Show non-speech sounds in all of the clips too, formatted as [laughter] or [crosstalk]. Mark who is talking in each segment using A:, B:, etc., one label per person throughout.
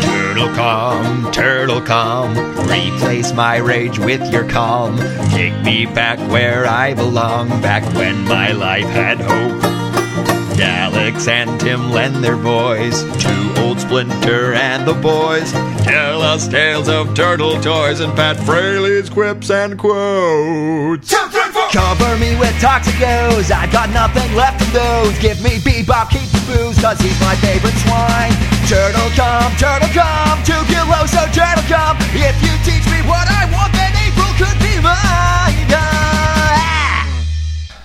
A: Turtle calm, turtle calm. Replace my rage with your calm. Take me back where I belong, back when my life had hope. Alex and Tim lend their voice to old Splinter and the boys. Tell us tales of turtle toys and Pat Fraley's quips and quotes. Cover me with toxicos, I've got nothing left of those. Give me Bebop, keep the booze, cause he's my favorite swine. Turtle come, turtle come, two kilos of turtle come. If you teach me what I want, then April could be mine. Ah.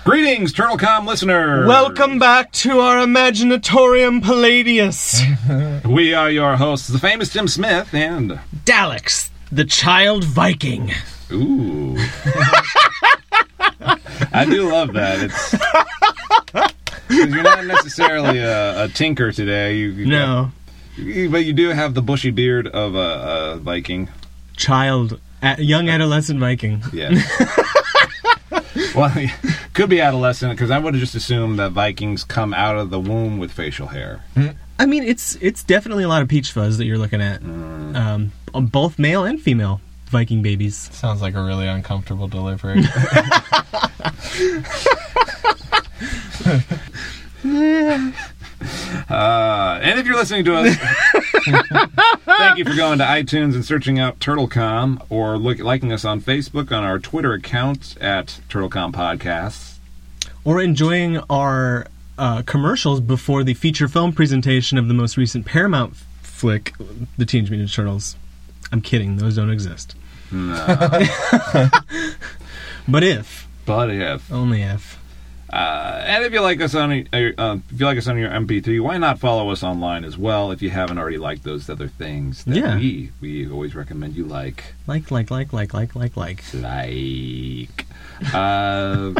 B: Greetings, TurtleCom listener.
C: Welcome back to our imaginatorium Palladius.
B: We are your hosts, the famous Tim Smith, and
C: Daleks, the child Viking.
B: ooh, [laughs] I do love that. It's 'cause you're not necessarily a, a tinker today. You, you-
C: No,
B: you- but you do have the bushy beard of a, a Viking.
C: child, a- young adolescent Viking. [laughs]
B: Yeah. well, [laughs] could be adolescent because I would have just assumed that Vikings come out of the womb with facial hair.
C: I mean, it's it's definitely a lot of peach fuzz that you're looking at. Um, on both male and female Viking babies.
D: Sounds like a really uncomfortable delivery.
B: Uh, and if you're listening to
C: [laughs]
B: us, thank you for going to iTunes and searching out TurtleCom or look, liking us on Facebook on our Twitter account at TurtleCom Podcasts.
C: Or enjoying our uh, commercials before the feature film presentation of the most recent Paramount f- flick, The Teenage Mutant Ninja Turtles. I'm kidding; those don't exist. [laughs] but if
B: But if
C: only if.
B: uh, and if you like us on uh, uh, if you like us on your MP3, why not follow us online as well? If you haven't already liked those other things that
C: Yeah.
B: we we always recommend you like.
C: Like, like, like, like, like, like, like.
B: like uh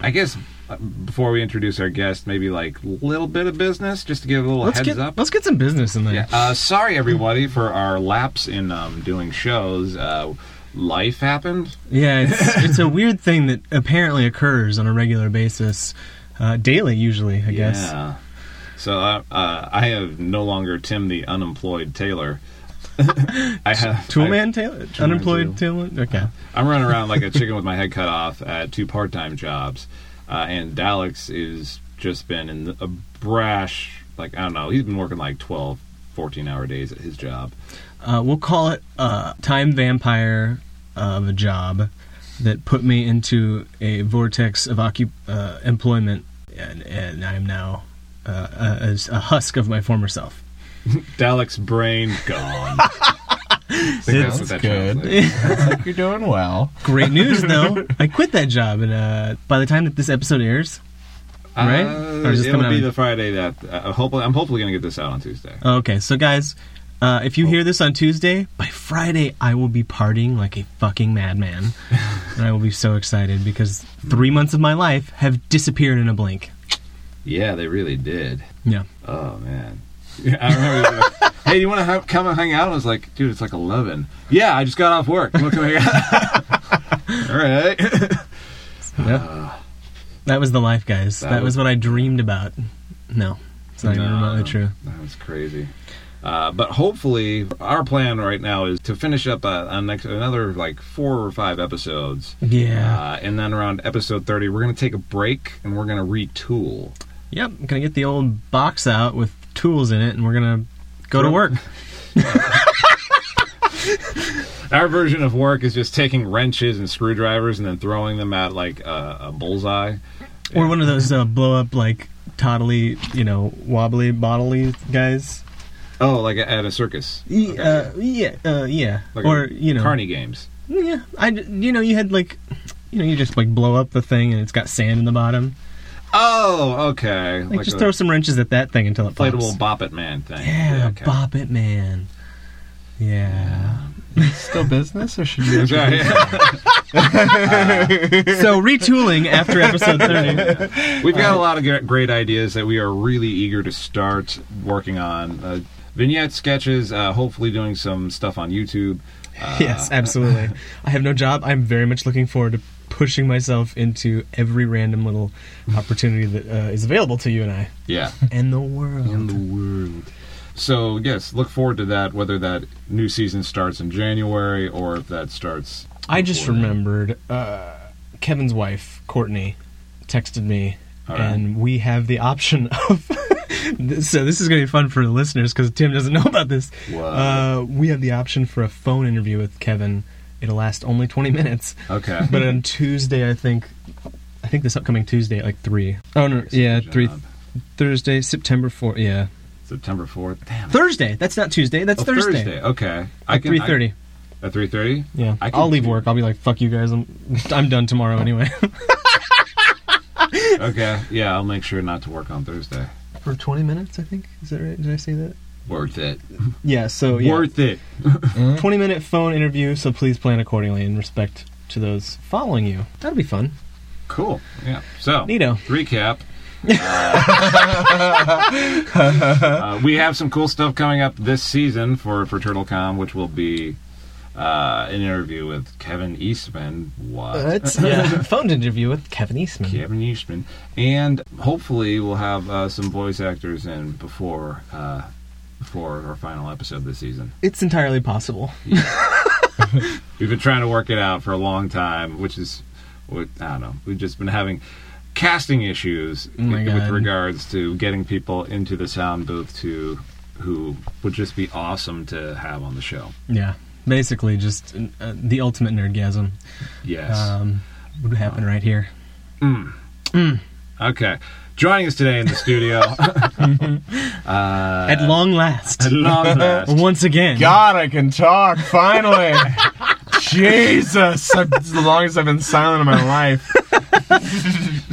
B: i guess uh, before we introduce our guest maybe like little bit of business just to give a little
C: Let's
B: heads
C: get
B: up
C: let's get some business in there.
B: yeah. uh sorry everybody for our lapse in um doing shows uh life happened
C: Yeah,
B: [laughs]
C: it's, it's a weird thing that apparently occurs on a regular basis, uh, daily usually, I guess.
B: yeah so uh, uh i have no longer tim the unemployed tailor [laughs] i have I-
C: Toolman Taylor, unemployed Taylor. Okay,
B: I'm running around like a chicken with my head cut off at two part-time jobs, uh, and Daleks is just been in a brash like I don't know. He's been working like 12, 14 hour days at his job.
C: uh, we'll call it uh, time vampire of a job that put me into a vortex of occup- uh, employment, and, and I am now uh, a, a- a husk of my former self.
B: Dalek's brain gone.
D: Sounds good.
B: translates.
D: like you're doing well.
C: Great
B: [laughs]
C: news though, I quit that job, and uh, by the time that this episode airs, Right?
B: Uh,
C: Or is this
B: it'll
C: coming
B: be
C: out-
B: the Friday that uh, hopefully I'm hopefully going to get this out on Tuesday.
C: Okay, so guys, uh, if you hear this on Tuesday, by Friday I will be partying like a fucking madman, and I will be so excited because three months of my life have disappeared in a blink.
B: Yeah, they really did.
C: Yeah,
B: Oh man. [laughs] Yeah, I remember. they were like, hey, you want to ha- come and hang out? I was like, dude, it's like eleven. Yeah, I just got off work. You want to come hang out? [laughs] All right.
C: that was the life, guys.
B: That
C: That, was, what I dreamed about. No, it's not even
B: No.
C: remotely true.
B: That was crazy. Uh, but hopefully, our plan right now is to finish up uh, on next another like four or five episodes.
C: Yeah.
B: Uh, and then around episode thirty, we're gonna take a break and we're gonna retool.
C: Yep, I'm gonna get the old box out with tools in it, and we're gonna go to work.
B: [laughs] Our version of work is just taking wrenches and screwdrivers and then throwing them at like a, a bullseye.
C: Or one of those uh, blow up like toddly, you know, wobbly, bodily guys.
B: Oh, like at a circus.
C: Y-
B: Okay,
C: uh, yeah, uh, yeah.
B: Like
C: or
B: a
C: you know,
B: carny games.
C: Yeah, I you know you had like you know you just like blow up the thing and it's got sand in the bottom.
B: Oh, okay.
C: Like, just
B: a
C: throw some wrenches at that thing until it pops.
B: inflatable bop it man thing.
C: yeah,
B: okay.
C: bop it, man. Yeah.
D: Still business, or should you?
B: That's right, yeah.
C: so retooling after episode thirty.
B: We've got a lot of gre- great ideas that we are really eager to start working on. Uh, vignette sketches, uh, hopefully doing some stuff on YouTube. [laughs] Uh,
C: yes, absolutely. I have no job. I'm very much looking forward to pushing myself into every random little opportunity that uh, is available to you and I
B: Yeah.
C: and the world.
B: In the world. So yes, look forward to that. Whether that new season starts in January or if that starts,
C: I just
B: before then.
C: remembered uh, Kevin's wife, Courtney, texted me,
B: All right.
C: and we have the option [laughs] of. so this is going to be fun for the listeners because Tim doesn't know about this.
B: Wow.
C: Uh, we have the option for a phone interview with Kevin. It'll last only 20 minutes,
B: Okay,
C: [laughs] but on Tuesday, I think, I think this upcoming Tuesday at like three. Oh no, yeah,
B: Good
C: three
B: job.
C: Thursday, September 4th. Yeah,
B: [laughs] September fourth. Damn. it.
C: Thursday. That's not Tuesday. That's
B: Oh,
C: Thursday.
B: Okay.
C: At three thirty.
B: I- At three thirty.
C: Yeah,
B: I can
C: I'll leave
B: do-
C: work. I'll be like, "Fuck you guys. I'm [laughs] I'm
B: [laughs]
C: done tomorrow anyway."
B: Okay. Yeah, I'll make sure not to work on Thursday.
C: For twenty minutes, I think. Is that right? Did I say that?
B: Worth it.
C: Yeah. So Oh, yeah,
B: Worth it.
C: twenty minute phone interview. So please plan accordingly in respect to those following you. That'll be fun.
B: Cool. Yeah. So
C: Neato.
B: recap. Uh, uh, we have some cool stuff coming up this season for for TurtleCom, which will be uh, an interview with Kevin Eastman. What?
C: That's yeah. Uh, [laughs] phone interview with Kevin Eastman.
B: Kevin Eastman, and hopefully we'll have uh, some voice actors in before uh, before our final episode this season.
C: It's entirely possible.
B: We've been trying to work it out for a long time, which is, what- I don't know. We've just been having casting issues
C: Oh my
B: with
C: God.
B: regards to getting people into the sound booth to who would just be awesome to have on the show.
C: Yeah. Basically, just uh, the ultimate nerdgasm
B: Yes.
C: um, would happen right here.
B: okay. Joining us today in the studio [laughs]
C: Uh, At long last.
B: at long last.
C: Once again.
D: God, I can talk finally. Jesus, I've- it's the longest I've been silent in my life.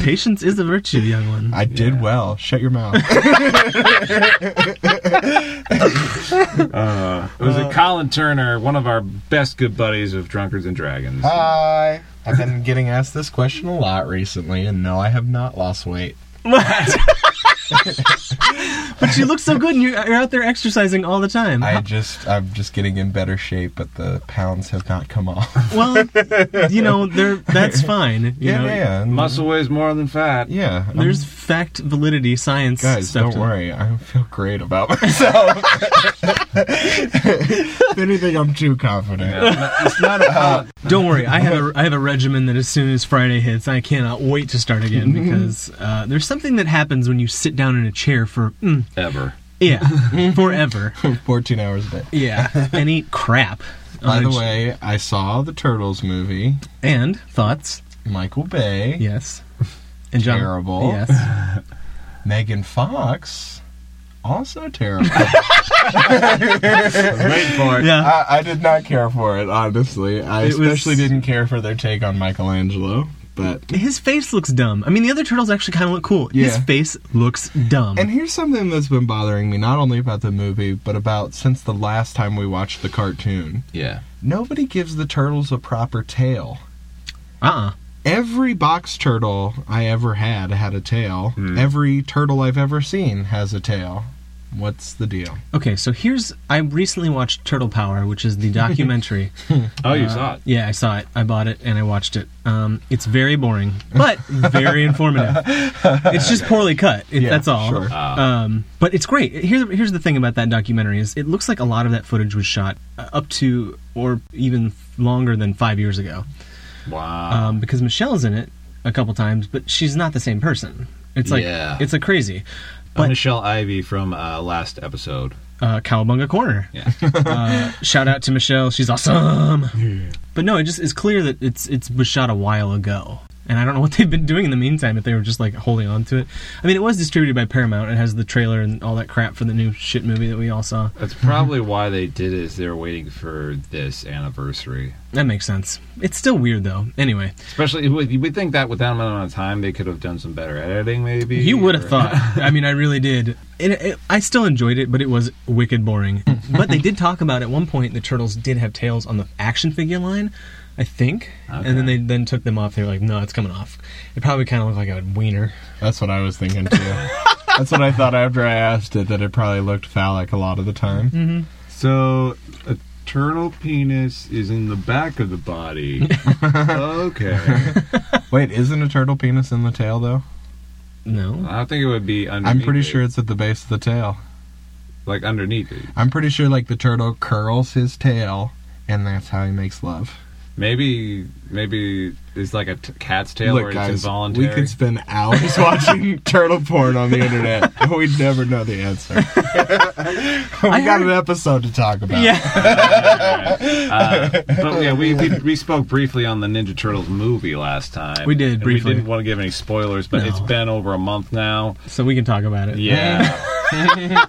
C: Patience is a virtue, young one. [laughs]
D: I did well. Shut your mouth.
B: It was a Colin Turner, one of our best good buddies of Drunkards and Dragons.
C: Uh,
D: Hi. I've been getting asked this question a lot recently, and no, I have not lost weight.
C: but you look so good, and you're, you're out there exercising all the time.
D: I just, I'm just getting in better shape, but the pounds have not come off.
C: [laughs] well, you know, there. That's fine. You
D: [laughs] yeah,
C: know,
D: yeah, and-
B: Muscle weighs more than fat.
D: yeah. I'm-
C: There's fact, validity, science.
D: Um, guys,
C: stuff
D: don't
C: to-
D: worry. I feel great [laughs] about myself. if anything, I'm too confident. Uh,
B: It's not about
C: Don't worry. I
D: [laughs]
C: have a I have a regimen that as soon as Friday hits, I cannot wait to start
D: [laughs]
C: again because uh, there's something that happens when you sit down in a chair for mm,
B: ever.
D: [laughs]
C: yeah forever
D: 14 hours a day. [laughs]
C: yeah and eat crap.
D: By
C: on
D: the
C: a ch-
D: way, I saw the Turtles movie.
C: and thoughts.
D: Michael Bay,
C: Yes. And John,
D: Terrible. [laughs]
C: Yes.
D: Megan Fox, also [laughs] terrible.
B: Wait for it.
C: Yeah.
D: I, I did not care for it, honestly. I
C: It was-
D: especially didn't care for their take on Michelangelo. But
C: His face looks dumb. I mean, the other turtles actually kind of look cool. His
D: Yeah.
C: face looks dumb.
D: and here's something that's been bothering me not only about the movie, but about since the last time we watched the cartoon.
B: Yeah.
D: Nobody gives the turtles a proper tail.
C: uh-uh.
D: Every box turtle I ever had had a tail. Every turtle I've ever seen has a tail. What's the deal?
C: Okay, so here's I recently watched Turtle Power, which
D: [laughs]
C: is the documentary. Uh,
B: Oh, you saw it.
C: yeah, I saw it. I bought it and I watched it. Um, it's very boring, but very
D: [laughs]
C: informative. It's just poorly cut. It,
D: Yeah,
C: that's all.
D: sure.
C: Um, but it's great. Here, here's the thing about that documentary is it looks like a lot of that footage was shot uh, up to or even longer than five years ago.
B: Wow.
C: um, because Michelle's in it a couple times, but she's not the same person. It's like
B: Yeah.
C: it's like crazy. But
B: Michelle Ivy from uh, last episode.
C: uh, Cowabunga Corner.
B: Yeah.
C: [laughs] Uh, shout out to Michelle, she's awesome. But no, it just is clear that it's it's was shot a while ago, and I don't know what they've been doing in the meantime. If they were just like holding on to it, I mean, it was distributed by Paramount. It has the trailer and all that crap for the new shit movie that we all saw.
B: That's probably why they did it. Is they're waiting for this anniversary.
C: That makes sense. It's still weird though. Anyway,
B: Especially, we would think that with that amount of time, they could have done some better editing. Maybe
C: You would have
B: or-
C: thought. I mean, I really did. And it, it, I still enjoyed it, but it was wicked boring. but they did talk about at one point the turtles did have tails on the action figure line, I think. And then they then took them off. They were like, no, it's coming off. It probably kind of looked like a wiener.
D: That's what I was thinking too. That's what I thought after I asked it that it probably looked phallic a lot of the time.
B: So a turtle penis is in the back of the [laughs] body. okay.
D: Wait, isn't a turtle penis in the tail though?
C: No.
B: I don't think it would be.
D: I'm pretty
B: underneath it.
D: sure it's at the base of the tail.
B: like underneath it.
D: I'm pretty sure like the turtle curls his tail, and that's how he makes love.
B: Maybe maybe it's like a t- cat's tail where
D: Look,
B: it's
D: guys,
B: involuntary.
D: we
B: [laughs]
D: could spend hours watching turtle porn on the internet, and we'd never know the
B: [laughs]
D: answer. [laughs] we got an episode to talk about.
C: Yeah.
B: But yeah, we, we we spoke briefly on the Ninja Turtles movie last time.
C: We did,
B: And
C: briefly.
B: We didn't want to give any spoilers, but
C: No.
B: it's been over a month now.
C: So we can talk about it.
B: Yeah. [laughs]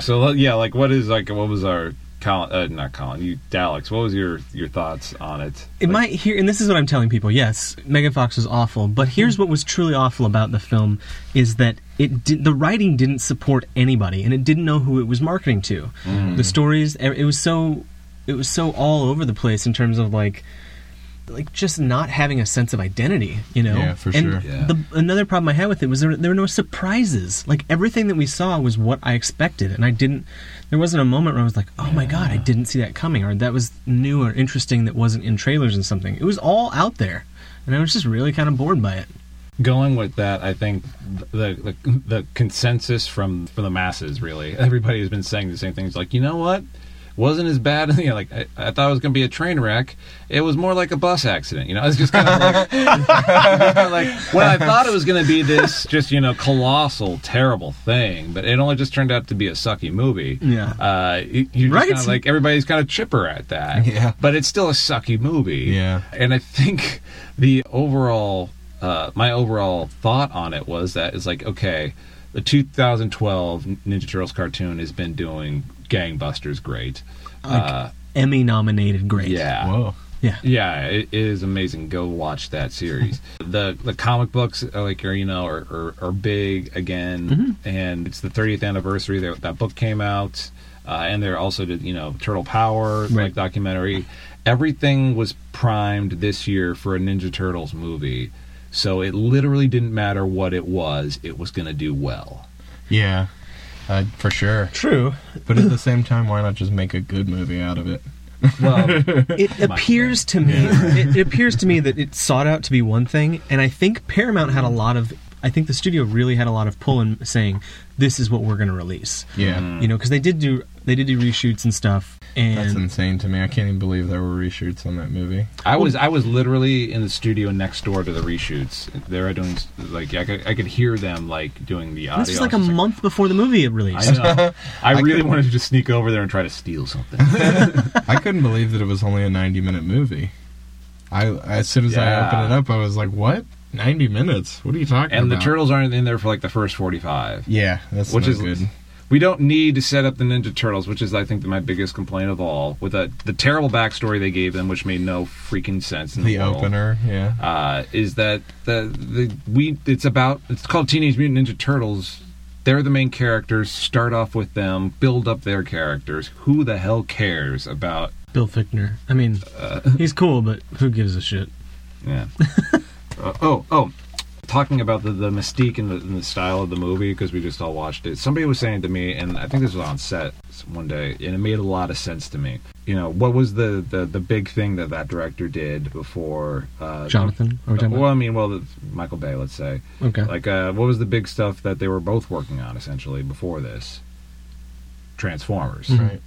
B: so let- yeah, like what is like what was our Colin? Uh, not Colin. You, Daleks. What was your your thoughts on it?
C: It might here, and this is what I'm telling people. Yes, Megan Fox was awful, but here's what was truly awful about the film is that it did, the writing didn't support anybody, and it didn't know who it was marketing to. The stories, e- it was so, it was so all over the place in terms of like, like just not having a sense of identity. You know,
D: Yeah, for
C: And
D: sure.
B: Yeah.
C: The, another problem I had with it was there, there were no surprises. Like everything that we saw was what I expected, and I didn't. There wasn't a moment where I was like, "Oh my god, I didn't see that coming," or "That was new or interesting that wasn't in trailers and something." It was all out there, and I was just really kind of bored by it.
B: Going with that, I think the the, the consensus from from the masses really. [laughs] Everybody has been saying the same things. Like you know what. Wasn't as [laughs] bad, you know. Like I, I thought it was going to be a train wreck. It was more like a bus accident, you know. [laughs] It's just kind of like, like [laughs] when I thought it was going to be this, just you know, colossal, terrible thing. But it only just turned out to be a sucky movie.
C: Yeah.
B: uh, you, you
C: Right.
B: right? Kind of like everybody's kind of chipper at that.
D: Yeah.
B: But it's still a sucky movie.
D: Yeah.
B: And I think the overall, uh, my overall thought on it was that it's like, okay, the 2012 Ninja Turtles cartoon has been doing gangbusters great. uh,
C: Emmy nominated, great.
B: yeah.
D: Whoa.
C: yeah.
B: Yeah, it it is amazing. Go watch that series. the the comic books uh, like are you know are, are, are big again, and it's the 30th anniversary that that book came out, uh, and they're also did you know Turtle Power
C: Right.
B: like documentary. Everything was primed this year for a Ninja Turtles movie, so it literally didn't matter what it was; it was going to do well.
D: Yeah. Uh, for sure.
C: True.
D: But at the same time, why not just make a good movie out of it?
B: Well,
C: It appears to [laughs] me. It, it appears to me that it sought out to be one thing, and I think Paramount had a lot of. I think the studio really had a lot of pull in saying, "This is what we're going to release."
D: Yeah.
B: Mm.
C: you know because they did do they did do reshoots and stuff and
D: That's insane to me. I can't even believe there were reshoots on that movie.
B: I was I was literally in the studio next door to the reshoots. They were doing like I could, I could hear them like doing the audio.
C: this was like a
B: It's
C: month before the movie it
B: I
C: released
B: know.
D: [laughs]
B: I, really
D: couldn't-
B: wanted to just sneak over there and try to steal
D: [laughs]
B: something.
D: [laughs] I couldn't believe that it was only a 90 minute movie. I as soon as I
B: Yeah.
D: opened it up, I was like, "What? 90 minutes? What are you talking
B: and
D: about?"
B: the turtles aren't in there for like the first forty-five,
D: Yeah, that's
B: which
D: no
B: is
D: good.
B: we don't need to set up the Ninja Turtles, which is I think my biggest complaint of all with the the terrible backstory they gave them, which made no freaking sense in the,
D: The
B: world.
D: opener, yeah.
B: uh, is that the the we it's about it's called Teenage Mutant Ninja Turtles. They're the main characters. Start off with them, build up their characters. Who the hell cares about?
C: bill fickner i mean
B: Uh, [laughs]
C: he's cool but who gives a shit [laughs]
B: Yeah. Uh, oh oh, talking about the, the mystique and the, and the style of the movie because we just all watched it. Somebody was saying to me, and I think this was on set one day, and it made a lot of sense to me. You know, what was the the, the big thing that that director did before uh,
C: jonathan are we talking
B: well,
C: about
B: I mean, well, the, Michael Bay, let's say.
C: okay
B: Like, uh, what was the big stuff that they were both working on essentially before this? Transformers.
C: Mm-hmm.
D: Right.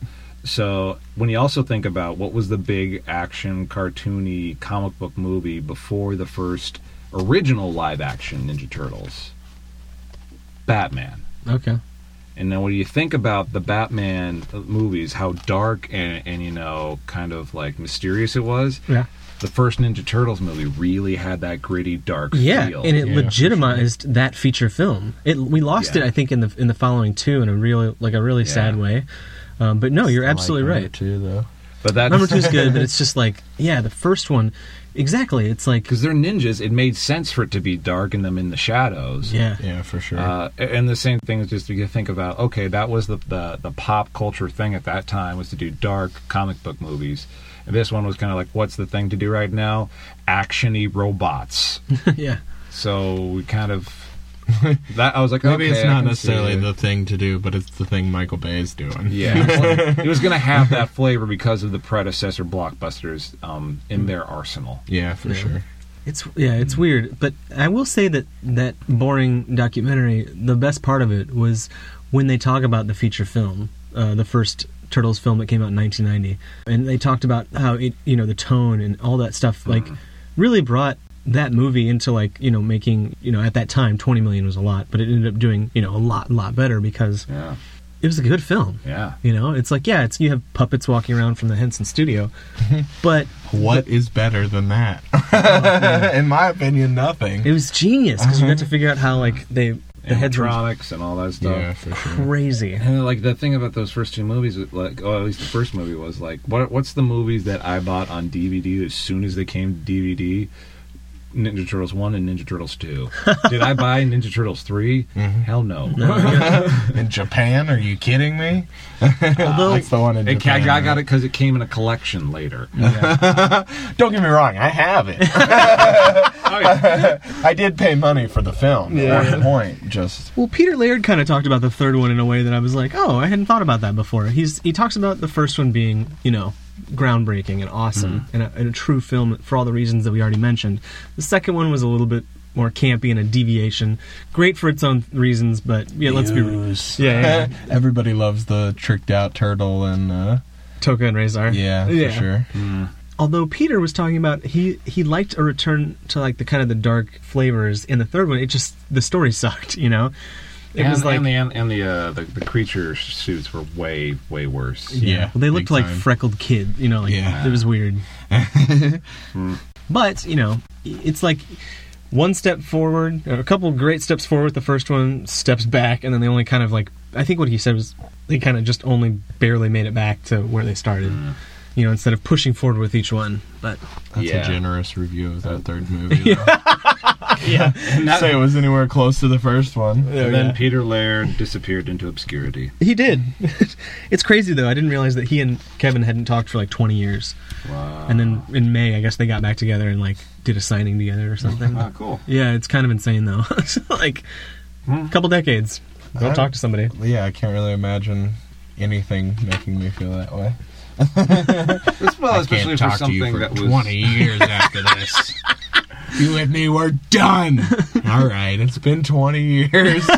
B: So when you also think about what was the big action, cartoony comic book movie before the first original live action Ninja Turtles? Batman.
C: okay
B: And then when you think about the Batman uh, movies, how dark and, and you know, kind of like mysterious it was,
C: yeah
B: the first Ninja Turtles movie really had that gritty, dark
C: yeah
B: feel.
C: and it
D: Yeah, for
C: legitimized that feature film it we lost
B: Yeah.
C: it i think in the in the following two in a really like a really sad
B: Yeah.
C: way um, but no you're absolutely
D: I like
C: right
D: Number two, though.
B: but that's
C: number two's
B: [laughs]
C: good but it's just like yeah the first one exactly it's like
B: because they're ninjas. It made sense for it to be dark and them in the shadows.
C: yeah
D: Yeah, for sure.
B: Uh, and the same thing is just to think about. Okay, that was the, the the pop culture thing at that time was to do dark comic book movies. And this one was kind of like, what's the thing to do right now? Actiony
D: [laughs]
B: robots.
C: [laughs] yeah
B: so we kind of that I was like,
D: [laughs] Maybe
B: okay,
D: it's
B: I
D: not
B: can
D: necessarily
B: see it.
D: the thing to do, but it's the thing Michael Bay is doing. [laughs]
B: yeah. it was going to have that flavor because of the predecessor blockbusters um, in
D: Mm.
B: their arsenal.
D: Yeah, for
C: Yeah.
D: sure.
C: It's yeah, it's weird, but I will say that that boring documentary. The best part of it was when they talk about the feature film, uh, the first Turtles film that came out in 1990, and they talked about how it, you know, the tone and all that stuff, like, really brought that movie into like you know making you know at that time 20 million was a lot, but it ended up doing you know a lot lot better because
B: Yeah.
C: it was a good film.
B: Yeah.
C: You know, it's like yeah, it's you have puppets walking around from the Henson studio, but
D: What is better than [laughs] that? In my opinion, nothing.
C: it was genius because you got to
D: Uh-huh.
C: figure out how like they the heads were
B: Animatronics and all that stuff.
D: yeah, for sure.
C: crazy.
B: And like the thing about those first two movies, was, like oh, at least the first movie was like, what what's the movies that I bought on DVD as soon as they came to DVD? Ninja Turtles one and Ninja Turtles two. Did I buy Ninja Turtles 3 Hell no.
D: In Japan? Are you kidding [laughs] me?
C: Although
D: That's the one in
B: It, ca-
D: Japan.
B: I got it because it came in a collection later.
D: Don't get me wrong, I have it.
B: Oh, yeah.
D: I did pay money for the film. At one point, just
C: Well, Peter Laird kind of talked about the third one in a way that I was like, oh, I hadn't thought about that before. He's he talks about the first one being, you know, groundbreaking and awesome
D: Mm-hmm.
C: and, a, and a true film for all the reasons that we already mentioned. The second one was a little bit more campy and a deviation, great for its own reasons, but yeah, let's be real.
D: Use.
C: Yeah, yeah,
D: [laughs] Everybody loves the tricked out turtle and uh,
C: Toka and Razor.
D: yeah, for sure.
C: Although Peter was talking about he he liked a return to like the kind of the dark flavors in the third one. It just the story [laughs] sucked, you know. It
B: and,
C: was like
B: and the and, and the, uh, the the creature suits were way way worse.
D: Yeah,
C: Well, they looked
D: big
C: like
D: time.
C: freckled kid. You know, like,
D: Yeah. Mm.
C: it was weird. but you know, it's like one step forward, or a couple great steps forward. with The first one steps back, and then they only kind of like I think what he said was they kind of just only barely made it back to where they started.
D: Mm.
C: You know, instead of pushing forward with each one. But
D: That's
B: Yeah.
D: a generous review of that third movie. Yeah, not say it was anywhere close to the first one.
B: And then Peter Laird disappeared into obscurity.
C: he did. [laughs] it's crazy though. I didn't realize that he and Kevin hadn't talked for like 20 years.
B: Wow.
C: And then in May, I guess they got back together and like did a signing together or something.
B: Ah, cool.
C: Yeah, it's kind of insane though. [laughs] So, like a
B: Hmm.
C: couple decades. Go
D: Uh,
C: talk to somebody.
D: Yeah, I can't really imagine anything making me feel that way.
B: Well, especially for something that was
D: years after this. [laughs] You and me were done. All right, it's been 20 years.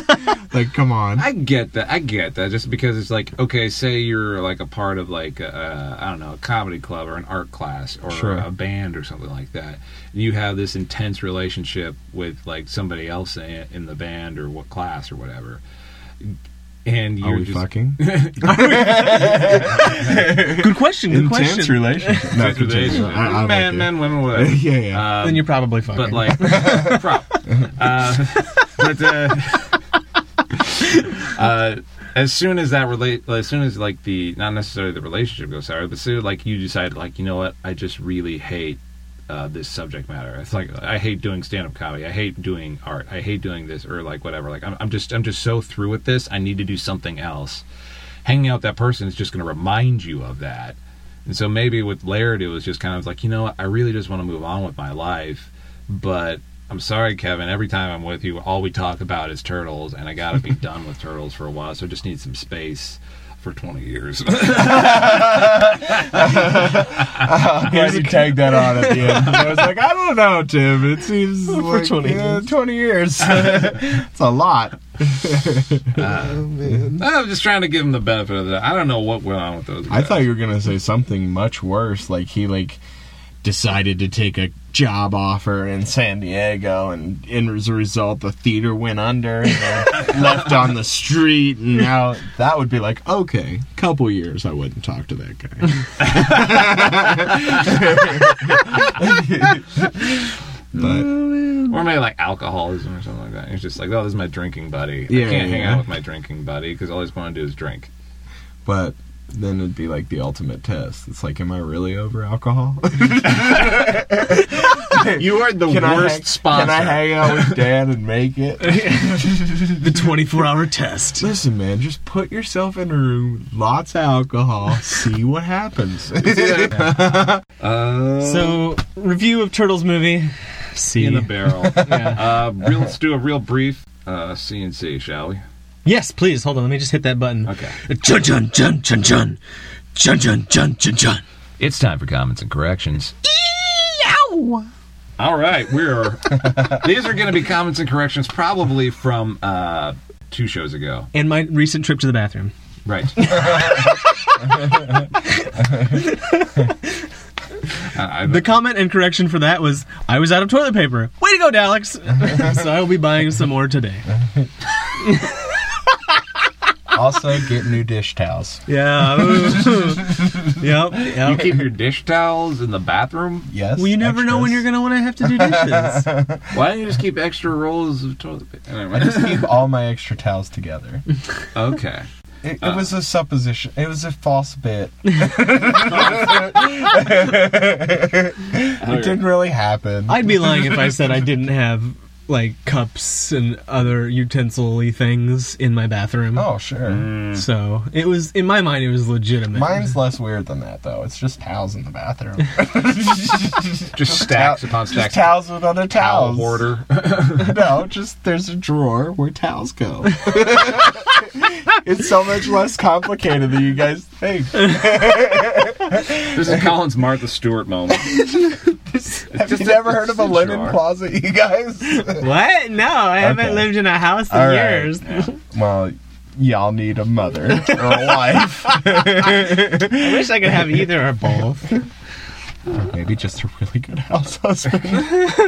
D: like, come on.
B: I get that. I get that. Just because it's like, okay, say you're like a part of like a, I don't know, a comedy club or an art class or
D: Sure.
B: a band or something like that, and you have this intense relationship with like somebody else in, in the band or what class or whatever, and
D: Are
B: you're
D: we
B: just
D: [laughs] fucking?
C: Good question. Good question.
D: relationship.
B: [laughs]
D: No,
B: Just with
D: continue.
B: age.
D: I- I'm with
B: men,
D: [laughs] you.
B: men, women, whatever.
D: Yeah, yeah.
B: Um,
C: then you're probably fucking.
B: but like prop. Uh, but uh, [laughs] uh, as soon as that relate, as soon as like the not necessarily the relationship goes sour, but soon like you decide like you know what I just really hate. Uh, this subject matter. It's like I hate doing stand-up comedy. I hate doing art. I hate doing this or like whatever. Like I'm, I'm just I'm just so through with this. I need to do something else. Hanging out with that person is just going to remind you of that. And so maybe with Laird, it was just kind of like, you know, what? I really just want to move on with my life. But I'm sorry, Kevin. Every time I'm with you, all we talk about is turtles, and I got to
D: [laughs]
B: be done with turtles for a while. So I just need some space for 20 years. [laughs]
D: I'm glad you tagged that on at the end. [laughs] I was like, I don't know, Tim. It seems
C: 20
D: like 20
C: years.
D: years. 20 [laughs] years. it's a lot.
B: I'm just trying to give him the benefit of that. I don't know what went on with those.
D: I
B: guys.
D: thought you were gonna say something much worse, like he like decided to take a job offer in San Diego, and, and as a result, the theater went under, and they're left on the street, and now that would be like okay, couple years, I wouldn't talk to that guy. [laughs] but
B: or maybe like alcoholism or something like that. It's just like, oh, this is my drinking buddy.
D: Yeah,
B: I can't hang
D: yeah.
B: out with my drinking buddy because all he's going to do is drink.
D: but then it'd be like the ultimate test. It's like, am I really over alcohol? [laughs]
B: You are the
D: can I
B: worst
D: hang,
B: sponsor.
D: Can I hang out with Dad and make it? [laughs]
C: the 24 hour test.
D: Listen, man, just put yourself in a room, lots of alcohol, [laughs] see what
B: [laughs]
D: happens.
B: Uh,
C: So review of Turtles movie. See
B: in the
D: [laughs]
B: barrel.
C: Yeah.
B: Uh, real, let's do a real brief uh, CNC, shall we?
C: Yes, please. Hold on. Let me just hit that button.
B: Okay.
C: Chun chun chun chun chun chun chun chun chun chun.
B: It's time for comments and corrections. [laughs] All right, we're these are going to be comments and corrections, probably from uh, two shows ago.
C: And my recent trip to the bathroom.
B: Right. [laughs] I,
C: The comment and correction for that was, I was out of toilet paper. Way to go, Alex! [laughs] so I will be buying some more today.
D: also, get new dish towels.
C: Yeah. [laughs] yep.
B: you
C: yep.
B: keep your dish towels in the bathroom.
D: Yes.
C: well, you never know when you're going to want to have to do dishes.
B: Why don't you just keep extra rolls of toilet paper? Anyway.
D: to keep all my extra towels together.
B: okay.
D: It, it was a supposition. It was a false
C: [laughs]
D: bit. [laughs] It didn't really
C: [laughs]
D: happen.
C: I'd be lying if I said I didn't have like cups and other utensil things in my bathroom. Mm.
D: oh, sure.
C: So it was in my mind it was legitimate.
D: Mine's less weird than that, though. It's just towels in the bathroom. [laughs]
B: Just stacks upon
D: just
B: stacks. of
D: towels with other
B: Towel
D: towels.
B: [laughs] border.
D: [laughs] No, just there's a drawer where towels [laughs] go. it's so much less complicated than you guys [laughs] think.
B: This is Colin's Martha Stewart [laughs] moment.
D: Have
B: just
D: you
B: a-
D: never heard of a
B: it's a
D: linen
B: drawer.
D: closet, you guys?
C: What? No, I haven't
D: Okay.
C: lived in a house in
D: [laughs] All right.
C: years.
D: Well, y'all need a mother [laughs] or a wife. [laughs]
C: I wish I could have either or both.
D: Maybe just a really good house husband.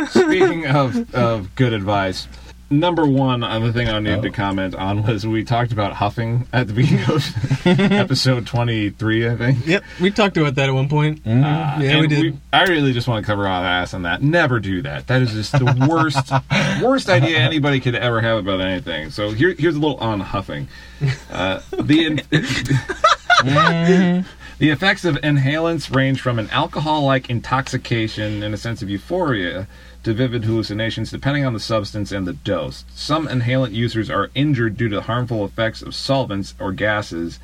B: Speaking of, of good advice, number one on the thing I needed to
D: Oh.
B: comment on was we talked about huffing at the beginning of episode 23, I think.
C: [laughs] Yep, we talked about that at one point.
B: Uh,
C: Yeah,
B: and
C: Mm-hmm. we did.
B: I really just want to cover our ass on that. Never do that. That is just the worst,
C: [laughs]
B: worst idea anybody could ever have about anything. So here, here's a little on huffing. Uh, the
C: [laughs]
B: in- the effects of inhalants range from an alcohol-like intoxication and a sense of euphoria to vivid hallucinations, depending on the substance and the dose. Some inhalant users are injured due to harmful effects of solvents or gases.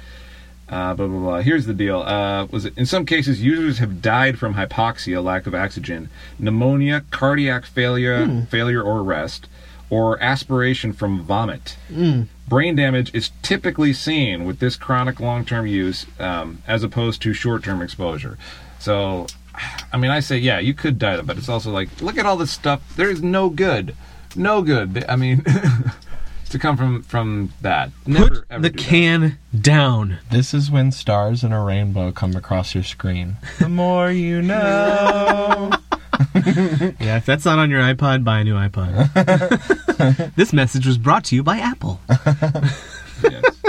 B: Uh, blah blah blah. Here's the deal. Uh, was it, in some cases users have died from hypoxia, lack of oxygen, pneumonia, cardiac failure,
C: Hmm.
B: failure or arrest, or aspiration from vomit.
C: Hmm.
B: Brain damage is typically seen with this chronic long-term use, um, as opposed to short-term exposure. So, I mean, I say yeah, you could die, but it's also like look at all this stuff. There is no good, no good. I mean, [laughs] to come from from that. Never,
C: Put
B: ever
C: the
B: do that.
C: can down.
D: [laughs] This is when stars and a rainbow come across your screen. The more you [laughs] know.
C: Yeah, if that's not on your iPod, buy a new iPod. [laughs] this message was brought to you by [laughs] Apple.
B: Yes. [laughs]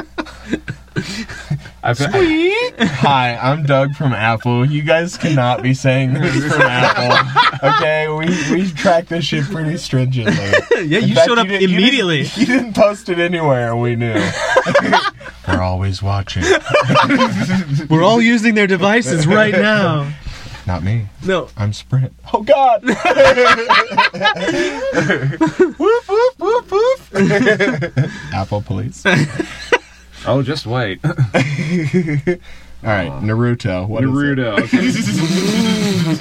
B: I've, [laughs]
D: Hi, I'm Doug from Apple. You guys cannot be saying
C: [laughs]
D: this from Apple. Okay, we, we track this shit pretty stringently.
C: [laughs] yeah,
D: In
C: you
D: fact,
C: showed up
D: didn't-
C: immediately.
D: [laughs] You didn't, you didn't post it anywhere. We knew. We're always watching.
C: [laughs] We're all using their [laughs] devices right now.
D: Not me.
C: No,
D: I'm Sprint.
C: [laughs]
D: Oh God! woof woof woof woof. Apple police. All
B: oh, just wait.
D: [laughs] right, Naruto. What is it?
B: Naruto.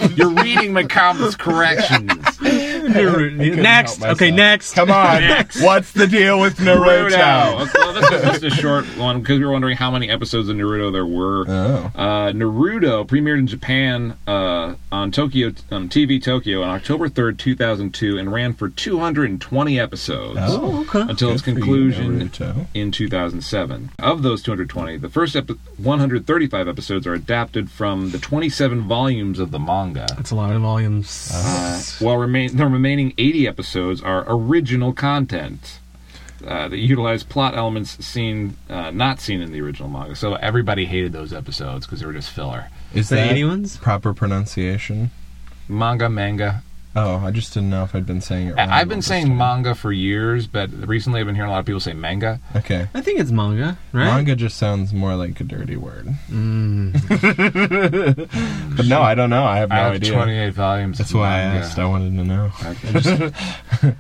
B: okay. You're reading my comments
D: [laughs]
B: corrections.
C: [laughs]
D: couldn't
C: next.
D: help
C: Okay,
D: myself.
C: next.
D: [laughs] Come on.
B: Next.
D: What's the deal with Naruto?
B: Naruto. Well, this is just a short one because we were wondering how many episodes of Naruto there were.
D: Oh.
B: Uh, Naruto premiered in Japan uh, on Tokyo on TV Tokyo on October 3rd, 2002, and ran for 220 episodes
D: Oh,
C: okay.
B: until its
D: Good for you,
B: conclusion
D: Naruto.
B: in 2007. Of those 220, the first epi- 135 episodes are adapted from the 27 volumes of the manga,
C: That's a lot of volumes.
B: while remain- the remaining 80 episodes are original content. Uh, that utilize plot elements seen uh, not seen in the original manga. So everybody hated those episodes because they were just filler.
D: Is
C: the
D: that
C: 80 ones?
D: proper pronunciation?
B: Manga, manga.
D: Oh, I just didn't know if I'd been saying it. wrong
B: I- I've been
D: all this
B: saying
D: time.
B: manga for years, but recently I've been hearing a lot of people say manga.
D: Okay.
C: I think it's manga, right? Mm.
D: Manga just sounds more like a dirty word. [laughs]
C: [laughs]
D: but no, I don't know. I have no
B: I have
D: idea.
B: 28 volumes.
D: That's
B: of
D: why I
B: manga.
D: asked. I wanted to know.
B: [laughs]
C: I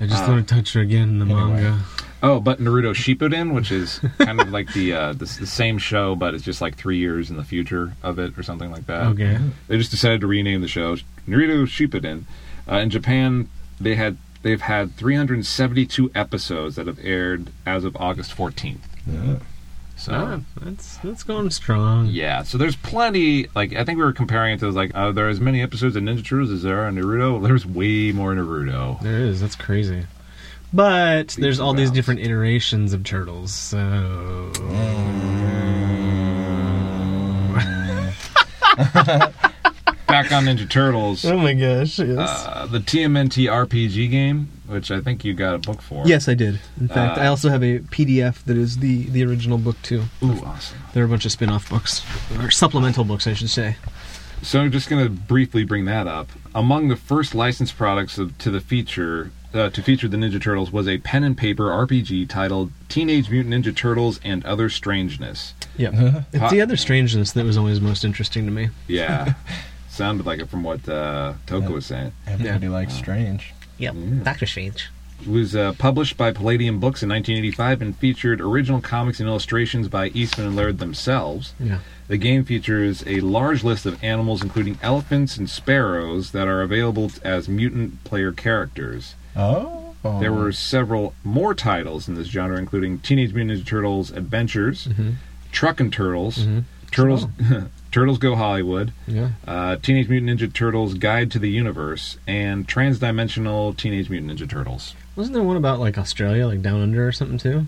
C: just want to touch her again in the manga.
B: Oh, but Naruto Shippuden, which is kind of like the uh, the, the same show, but it's just like three years in the future of it or something like that.
C: Okay.
B: They just decided to rename the show Naruto Shippuden. Uh, in Japan, they had they've had 372 episodes that have aired as of August 14th.
D: Yeah.
B: So.
C: Ah, that's that's going strong.
B: Yeah, so there's plenty. Like I think we were comparing it to like uh, there are as many episodes of Ninja Turtles as there are in Naruto. There's way more Naruto.
C: There is. That's crazy. But there's all these
B: routes.
C: different iterations of turtles, so
B: Back on Ninja Turtles,
C: [laughs] Oh my gosh, yes.
B: uh, the TMNT RPG game, which I think you got a book for.
C: yes, I did. In fact,
B: Uh,
C: I also have a PDF that is the the original book too.
B: Ooh, awesome.
C: There are a bunch of spin-off books or supplemental books, I should say.
B: So I'm just going to briefly bring that up. Among the first licensed products of, to the feature uh, to feature the Ninja Turtles was a pen and paper RPG titled Teenage Mutant Ninja Turtles and Other Strangeness.
C: Yeah.
B: Huh.
C: it's the other strangeness that was always most interesting to me.
B: Yeah, sounded like it from what uh, Toko was saying.
D: Everybody likes strange.
C: Yep. Doctor Strange.
B: It was uh, published by Palladium Books in 1985 and featured original comics and illustrations by Eastman and Laird themselves.
C: Yeah.
B: The game features a large list of animals, including elephants and sparrows, that are available as mutant player characters.
D: Oh.
B: There were several more titles in this genre, including Teenage Mutant Ninja Turtles Adventures, Truck and Turtles, Turtles, [laughs] Turtles Go Hollywood,
C: Yeah.
B: uh, Teenage Mutant Ninja Turtles Guide to the Universe, and Transdimensional Teenage Mutant Ninja Turtles.
C: Wasn't there one about like Australia, like Down Under or something too?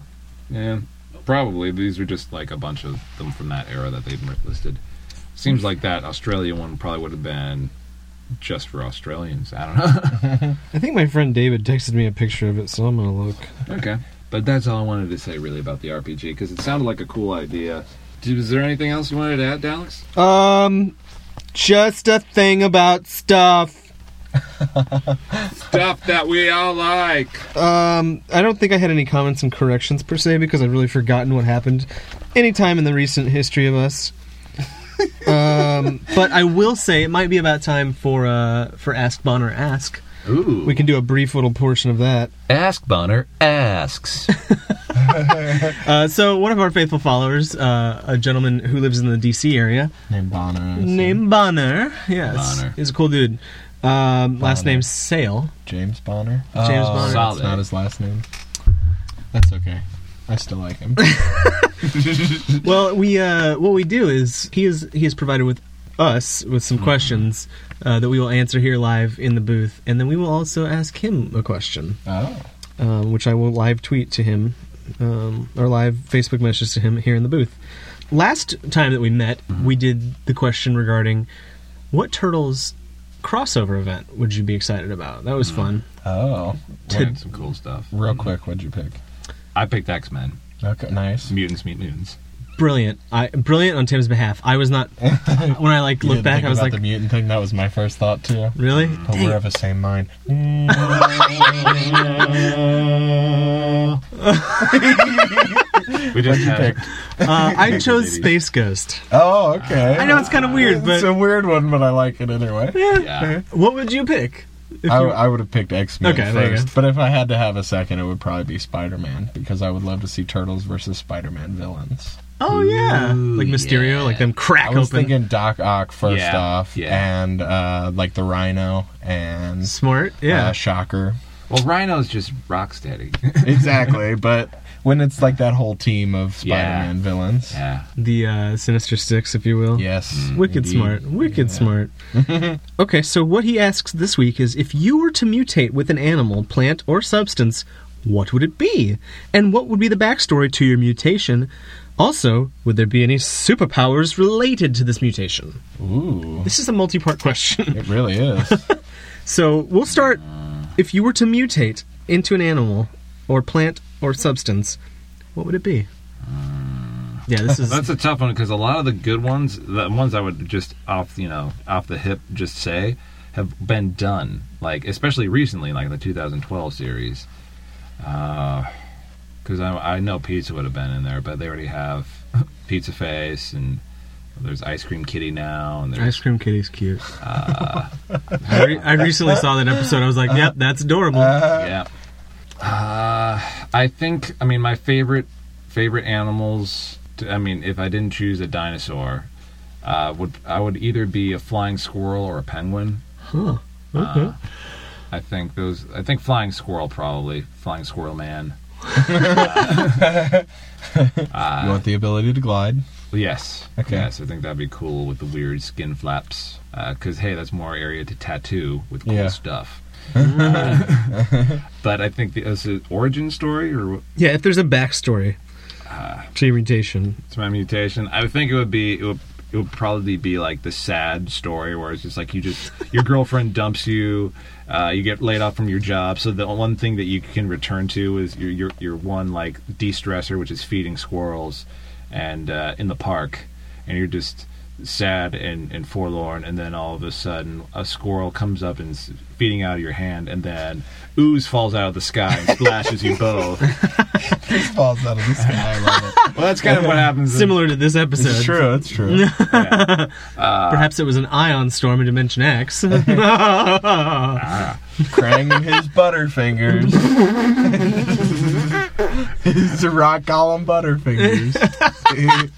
B: Yeah, probably these are just like a bunch of them from that era that they've listed. Seems like that Australia one probably would have been just for Australians. I don't know. [laughs]
C: I think my friend David texted me a picture of it, so I'm gonna look.
B: Okay. But that's all I wanted to say really about the RPG because it sounded like a cool idea. Did, was there anything else you wanted to add, Alex?
C: Um, just a thing about stuff.
B: Stuff that we all like.
C: Um, I don't think I had any comments and corrections per se because I've really forgotten what happened any time in the recent history of us. um, but I will say it might be about time for uh for Ask Bonner Ask.
B: Ooh.
C: We can do a brief little portion of that.
A: Ask Bonner
B: [laughs]
A: asks.
C: Uh, so one of our faithful followers, uh, a gentleman who lives in the D.C. area,
D: Named Bono.
C: named Bonner. Yes,
B: Bonner.
C: he's a cool dude. Um, last
D: Bonner.
C: name's Sale.
D: James Bonner. Oh,
C: James Bonner.
D: That's
B: Solid.
D: not his last name. That's okay. I still
C: [laughs]
D: like him.
C: Well, we uh, what we do is he is he is provided with us with
D: Hmm.
C: some questions uh, that we will answer here live in the booth, and then we will also ask him a question,
D: oh.
C: um, which I will live tweet to him um, or live Facebook message to him here in the booth. Last time that we met,
D: Hmm.
C: we did the question regarding what turtles crossover event would you be excited about? That was
D: Hmm.
C: fun.
D: Oh.
B: Learned some cool stuff.
D: Real quick, what'd you pick?
B: I picked X Men.
D: Okay, nice.
B: Mutants meet mutants.
C: Brilliant! I brilliant on Tim's behalf. I was
D: [laughs]
C: not when I like
D: You
C: looked
D: didn't
C: back.
D: think
C: I was
D: about
C: like,
D: the mutant thing. That was my first thought too.
C: really? Uh,
D: But we're of the same mind.
B: We just had.
D: picked?
C: Uh, I chose
B: Maybe.
C: Space Ghost.
D: Oh, okay.
C: I know it's kind of weird, but
D: it's a weird one, but I like it anyway.
B: Yeah.
C: what would you pick? If
D: I,
C: you-
D: I would have picked X Men
C: Okay, there you
D: first, but if I had to have a second, it would probably be Spider Man because I would love to see Turtles versus Spider Man villains.
C: oh yeah,
A: Ooh,
C: like Mysterio,
A: yeah.
C: like them crack
D: I was
C: open.
D: thinking Doc Ock first
B: Yeah,
D: off,
B: yeah.
D: and uh, like the Rhino and
C: Smart, yeah. [laughs]
D: uh, Shocker.
B: Well, Rhino's just [laughs] Rocksteady.
D: exactly, but when it's like that whole team of Spider
B: Yeah.
D: Man villains.
B: yeah.
C: the uh, Sinister Six, if you will.
D: Yes.
C: Wicked
D: indeed.
C: smart, wicked
D: [laughs]
C: smart. okay, so what he asks this week is if you were to mutate with an animal, plant, or substance, what would it be? And what would be the backstory to your mutation? Also, would there be any superpowers related to this mutation?
D: Ooh.
C: This is a multi part question.
D: It really
C: [laughs]
D: is.
C: So we'll start. If you were to mutate into an animal or plant or substance, what would it be? Yeah,
B: [laughs]
C: this is.
B: That's a tough one because a lot of the good ones, the ones I would just off, you know, off the hip, just say, have been done. Like especially recently, like the 2012 series, because I, I know pizza would have been in there, but they already have [laughs] Pizza Face and there's Ice Cream Kitty now, and
C: Ice
B: there's
C: cream kitty's cute. [laughs] I, re- I recently saw that episode. I was like, "Yep, that's adorable."
B: yeah. Uh, I think I mean my favorite favorite animals. To, I mean, if I didn't choose a dinosaur, uh, would I would either be a flying squirrel or a penguin.
C: Huh. Okay.
B: I think those. I think flying squirrel probably flying squirrel man.
D: you want the ability to glide?
B: Yes.
D: Okay.
B: Yes, I think that'd be uh, cool with the weird skin flaps. Because hey, that's more area to tattoo with cool
D: Yeah. [laughs]
B: stuff. but I think the is it origin story or what-
C: Yeah, if there's a backstory to your mutation,
B: it's my mutation. I would think it would be it would, it would probably be like the sad story where it's just like you just your girlfriend dumps you, uh, you get laid off from your job. So the one thing that you can return to is your your, your one like de stressor, which is feeding squirrels, and uh, in the park, and you're just sad and, and forlorn and then all of a sudden a squirrel comes up and is feeding out of your hand and then ooze falls out of the sky and splashes you both well
D: Falls out of the sky. I love
B: that's kind of what happens in-
C: similar to this
D: it. [laughs] It's
C: episode.
D: true. It's true. [laughs]
B: yeah.
C: Perhaps it was an ion storm in Dimension X. [laughs]
D: Krang and his butterfingers. his rock column butterfingers.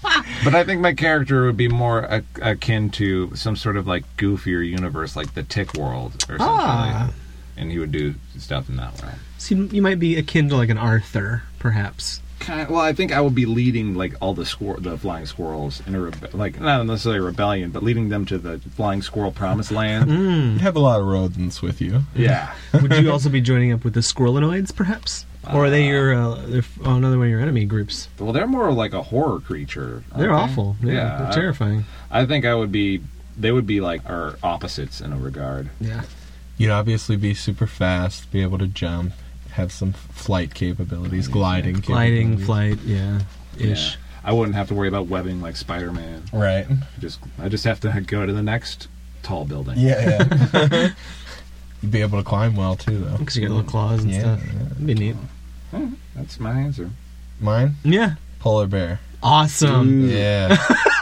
B: But I think my character would be more a- akin to some sort of like goofier universe, like the Tick World or something.
C: Ah.
B: And he would do stuff in that realm.
C: so you, you might be akin to like an Arthur, perhaps.
B: Kind well, I think I would be leading like all the squir- the flying squirrels in a rebe- like not necessarily a rebellion, but leading them to the flying squirrel promised land.
D: you have a lot of rodents with you.
B: Yeah,
C: Would you also be joining up with the Squirrelinoids, perhaps? Or are they your uh, they're f- oh, another one of your enemy groups?
B: well, they're more like a horror creature. aren't
C: They're
B: they?
C: awful. Yeah,
B: Yeah,
C: they're
B: I-
C: terrifying.
B: I think I would be. They would be like our opposites in a regard.
C: Yeah,
D: You'd obviously be super fast, be able to jump, have some flight capabilities, gliding,
C: gliding, flight,
D: capabilities.
C: yeah, ish.
B: Yeah. I wouldn't have to worry about webbing like Spider-Man.
D: Right.
B: Just I just have to go to the next tall building.
D: Yeah. yeah. [laughs] You'd be able to climb well too, though.
C: Because you got little claws and
D: Yeah,
C: stuff.
D: yeah.
C: That'd be neat.
B: That's my answer.
D: Mine,
C: Yeah.
D: polar bear.
C: Awesome.
D: Yeah.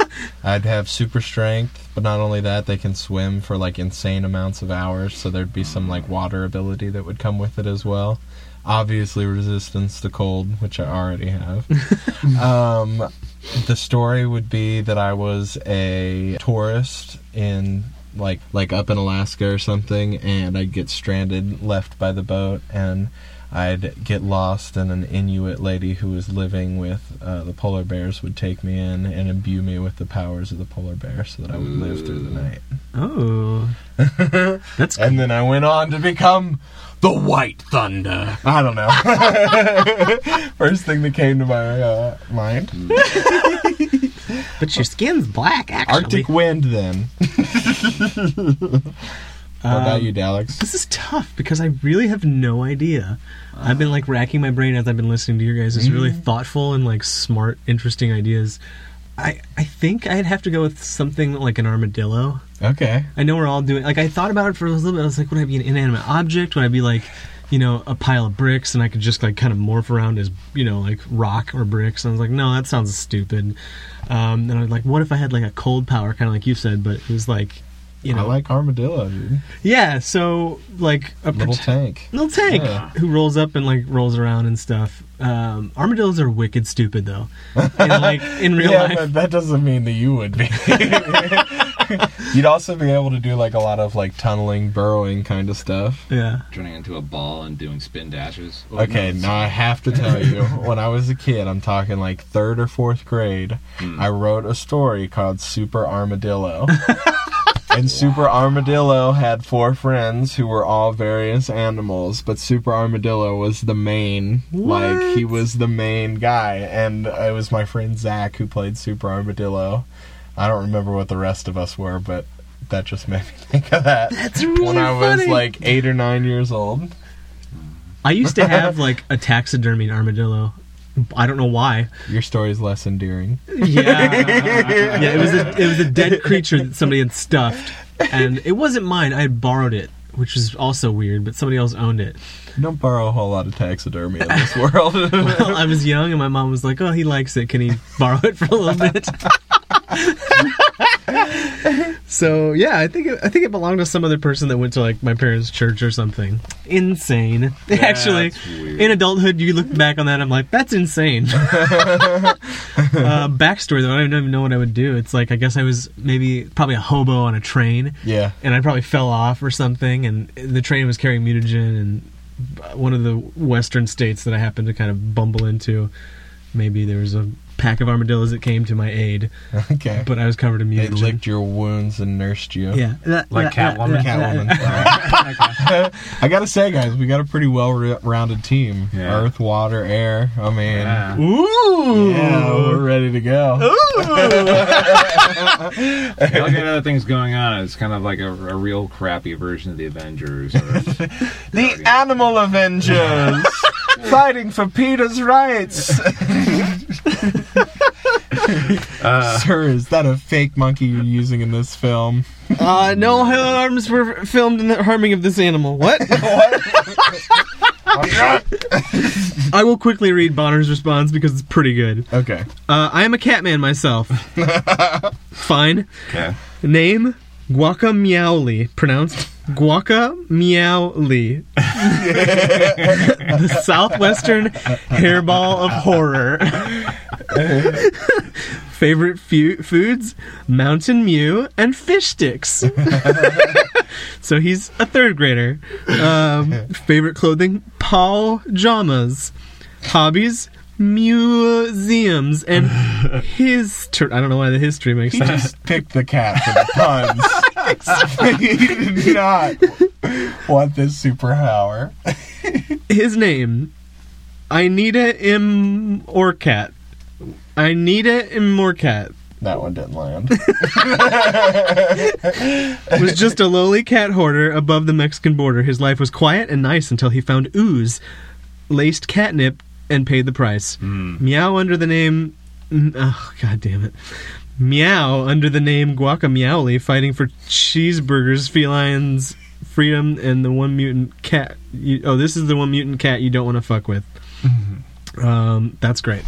D: [laughs] I'd have super strength, but not only that, they can swim for like insane amounts of hours, so there'd be some like water ability that would come with it as well. Obviously, resistance to cold, which I already have. um, the story would be that I was a tourist in like like up in Alaska or something, and I'd get stranded, left by the boat, and I'd get lost, and an Inuit lady who was living with uh, the polar bears would take me in and imbue me with the powers of the polar bear, so that I would live through the night.
C: Oh. That's
D: And then I went on to become the White Thunder. I don't know. [laughs] First thing that came to my uh, mind.
C: Mm, But your skin's black, actually.
D: Arctic
C: [laughs]
D: wind, then. How about
C: Um,
D: you, Daleks?
C: This is tough because I really have no idea. I've been like racking my brain as I've been listening to your guys' really thoughtful and like smart, interesting ideas. I, I think I'd have to go with something like an armadillo.
D: Okay.
C: I know we're all doing like I thought about it for a little bit. I was like, would I be an inanimate object? Would I be like, you know, a pile of bricks and I could just like kind of morph around as you know like rock or bricks? And I was like, no, that sounds stupid. Um, and I was like, what if I had like a cold power, kind of like you said, but it was like, you
D: I
C: know,
D: like armadillo, dude.
C: yeah. So like a
D: Little
C: prote-
D: tank.
C: little tank
D: Yeah.
C: who rolls up and like rolls around and stuff. Um, armadillos are wicked stupid
D: [laughs]
C: though. And, like in real
D: yeah,
C: life,
D: but that doesn't mean that you
C: [laughs]
D: would be. [laughs] You'd also be able to do like a lot of like tunneling, burrowing kind of stuff.
C: yeah.
B: Turning into a ball and doing spin dashes. Oh,
D: Okay,
B: no,
D: now I have to tell you, when I was a kid, I'm talking like third or fourth grade, I wrote a story called Super Armadillo. and Super Armadillo had four friends who were all various animals, but Super Armadillo was the main, like, he was the main guy. And it was my friend Zach who played Super Armadillo. I don't remember what the rest of us were, but that just made me [laughs] think of that. That's
C: really
D: When I was
C: funny.
D: like eight or nine years old.
C: I used to have like a taxidermied armadillo. I don't know why.
D: Your story's less endearing.
C: Yeah, yeah. It was a, it was a dead creature that somebody had stuffed, and it wasn't mine. I had borrowed it, which was also weird. But somebody else owned it.
D: Don't borrow a whole lot of taxidermy in this [laughs] world. Did
C: Well, [laughs] I was young, and my mom was like, "Oh, he likes it. Can he borrow it for a little bit?" [laughs] so yeah, I think it, I think it belonged to some other person that went to like my parents' church or something. Insane, [laughs] actually.
B: weird.
C: In adulthood, you look back on that, I'm like, that's insane. uh, backstory though, I don't even know what I would do. It's like I guess I was maybe probably a hobo on a train
D: Yeah.
C: and I probably fell off or something, and the train was carrying mutagen, and one of the western states that I happened to kind of bumble into Maybe there was a pack of armadillos that came to my aid,
D: Okay.
C: but I was covered in
D: they
C: mutagen.
D: licked your wounds and nursed you.
C: yeah, That-
B: Like
C: that-
B: Catwoman?
C: that- that-
D: [laughs] Catwoman. [laughs] I gotta say, guys, we got a pretty well-rounded team.
B: Yeah.
D: Earth, water, air. I mean,
B: Yeah.
C: Ooh,
D: yeah, we're ready to go.
B: Yeah, look at other things going on. It's kind of like a, a real crappy version of the [laughs] Avengers. Or,
D: The Animal [laughs] Avengers fighting for
B: [laughs]
D: Peter's rights. Sir, is that a fake monkey you're using in this film?
C: Uh, no harms were filmed in the harming of this animal.
D: [laughs]
C: What? I will quickly read Bonner's response because it's pretty good.
D: Okay.
C: Uh, I am a Catman
D: [laughs]
C: myself. Fine.
B: okay.
C: Name Guaca Meowly, pronounced Guaca
D: [laughs]
C: Meowly. the southwestern hairball of horror. Favorite fu- foods: mountain mew and fish
D: [laughs]
C: sticks. so he's a third grader. Um, favorite clothing: pajamas. Hobbies: museums
D: [laughs]
C: and his. I don't know why the history makes
D: He
C: sense.
D: just picked the cat for the puns. he did [laughs] not want this superpower.
C: his name Inita M Orcat. Inita M Orcat
D: That one didn't land.
C: was just a lowly cat hoarder above the Mexican border. His life was quiet and nice until he found ooze, laced catnip, and paid the price. Meow under the name. mm, Oh, god damn it. Meow under the name Guacameowly, fighting for cheeseburgers, felines, freedom, and the one mutant cat. You, oh, this is the one mutant cat you don't want to fuck with. Um, that's great.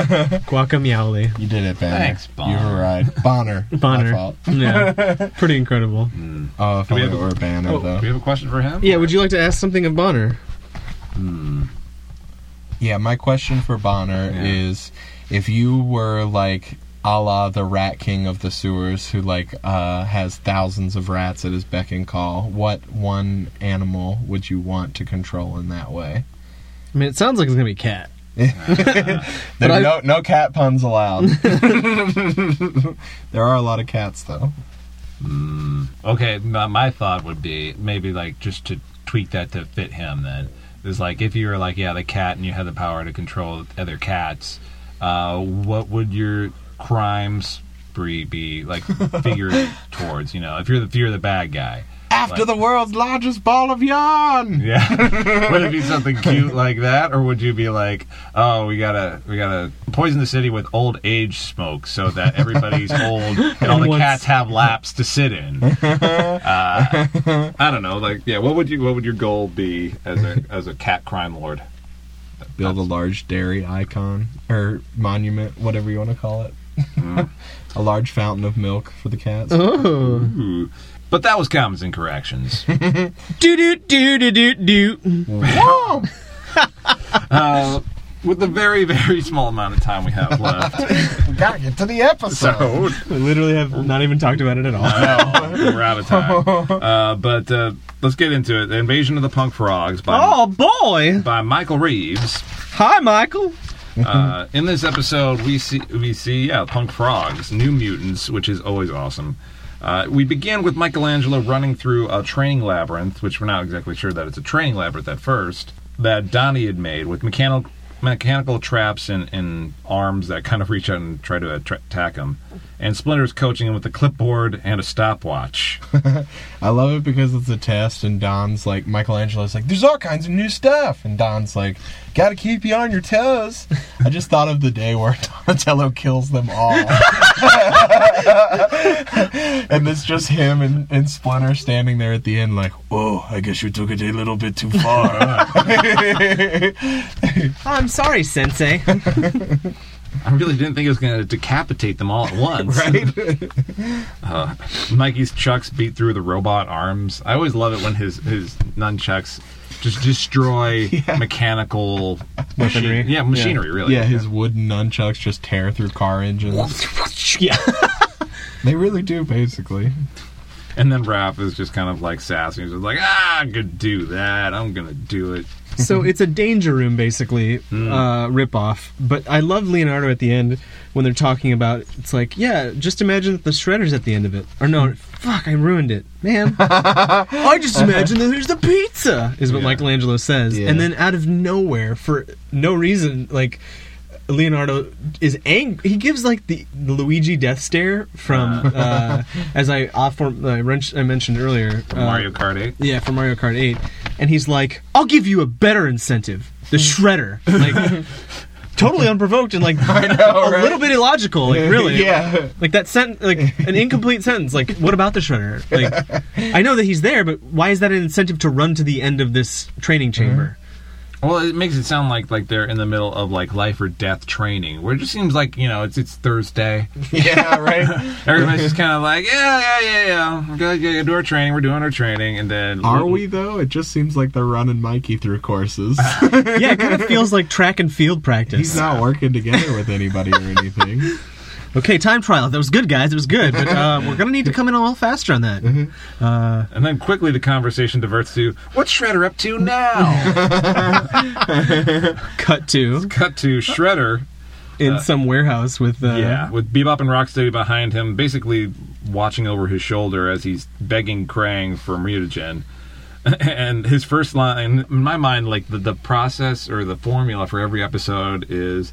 C: Guacameowly.
D: You did it, Banner.
B: Thanks, Bonner.
D: You were right. Bonner. My
C: Bonner.
D: fault.
C: Yeah. Pretty incredible.
D: Oh, if only
B: have
D: it were Banner,
B: Oh,
D: though.
B: do we have a question for him?
C: Yeah, would you like to ask something of Bonner?
D: Yeah, my question for Bonner
B: Yeah.
D: is if you were like a la the rat king of the sewers who like uh, has thousands of rats at his beck and call, what one animal would you want to control in that way?
C: I mean, it sounds like it's gonna be cat.
D: There
C: I-
D: no no cat puns [laughs] allowed. there are a lot of cats though.
B: Okay, my, my thought would be maybe like just to tweak that to fit him. Then is like if you were like yeah the cat and you had the power to control other cats, uh, what would your crimes spree be [laughs] like figured towards? You know, if you're the if you're the bad guy.
D: After
B: Like-
D: the world's largest ball of yarn.
B: Yeah. [laughs] would it be something cute like that, or would you be like, oh, we gotta we gotta poison the city with old age smoke so that everybody's old and all the
C: What's-
B: cats have laps to sit in? Uh, I don't know. Like, yeah, what would you what would your goal be as a as a cat crime lord?
D: Build a large dairy icon or monument, whatever you want to call it. [laughs] a large fountain of milk for the cats. [laughs]
C: Oh,
B: Ooh. But that was comments and corrections.
C: do do do do do do.
D: Whoa!
B: Uh, with the very very small amount of time we have left,
D: We gotta get to the episode.
B: so
C: We literally have not even talked about it at all.
B: we're out of time. Uh, but uh, let's get into it. The Invasion of the Punk Frogs by
C: [laughs] Oh boy!
B: by Michael Reeves.
C: Hi, Michael.
B: Uh, in this episode, we see we see yeah, punk frogs, new mutants, which is always awesome. Uh, we begin with Michelangelo running through a training labyrinth, which we're not exactly sure that it's a training labyrinth at first. That Donnie had made with mechanical mechanical traps and, and arms that kind of reach out and try to attra- attack him. And Splinter's coaching him with a clipboard and a stopwatch.
D: I love it because it's a test, and Don's like, Michelangelo's like, there's all kinds of new stuff. And Don's like, gotta keep you on your toes. I just thought of the day where [laughs] Donatello kills them all. [laughs] and it's just him and, and Splinter standing there at the end, like, whoa, I guess you took it a little bit too far. huh?"
C: I'm sorry, Sensei.
B: I really didn't think it was going to decapitate them all at once. Uh,
D: right?
B: [laughs] Mikey's chucks beat through the robot arms. I always love it when his his nunchucks just destroy mechanical
C: Weaponry.
B: Machi- yeah, machinery. Really.
D: Yeah, his wooden nunchucks just tear through car
B: [laughs]
D: engines.
C: yeah.
D: They really do, basically.
B: And then Raph is just kind of like sassy. He's just like, ah, I could do that. I'm gonna do it.
C: so it's a danger room basically
B: Hmm.
C: uh, ripoff. But I love Leonardo at the end when they're talking about it's like yeah, just imagine that the shredder's at the end of it. Or
B: Hmm.
C: no, fuck, I ruined it, man. I just imagine that there's the pizza is what
B: Yeah.
C: Michelangelo says,
D: Yeah.
C: and then out of nowhere for no reason like. Leonardo is angry. He gives like the, the Luigi death stare from
B: [laughs]
C: uh, as I off I wrench- I mentioned earlier uh,
B: Mario Kart 8.
C: yeah, for Mario Kart 8. And he's like, I'll give you a better incentive the
D: Mm.
C: shredder.
D: [laughs]
C: Like, totally unprovoked and like a
D: right?
C: little bit illogical. Like, really?
D: [laughs]
B: [laughs]
D: yeah.
C: Like that sentence, like an incomplete sentence. Like, what about the shredder?
D: [laughs]
C: Like, I know that he's there, but why is that an incentive to run to the end of this training chamber?
D: Mm-hmm.
B: Well, it makes it sound like like they're in the middle of like life or death training, where it just seems like you know it's it's Thursday.
D: Yeah, right.
B: Everybody's just kind of like, yeah, yeah, yeah, yeah. We're gonna go do our training. We're doing our training, and then
D: Are we though? It just seems like they're running Mikey through
B: [laughs]
D: courses.
C: Yeah, it
D: [laughs]
C: kind of feels like track and field
D: He's
C: practice.
D: not working together with anybody or anything.
C: Okay, time trial. That was good, guys. It was good, but uh, we're gonna need to come in a little faster on that.
D: Mm-hmm.
B: And then quickly the conversation diverts to what's Shredder up to
D: [laughs]
B: now?
C: Cut to
B: Cut to Shredder,
D: uh,
C: in some warehouse with uh,
B: yeah, with Bebop and Rocksteady behind him, basically watching over his shoulder as he's begging Krang for mutagen. [laughs] And his first line, in my mind, like the, the process or the formula for every episode is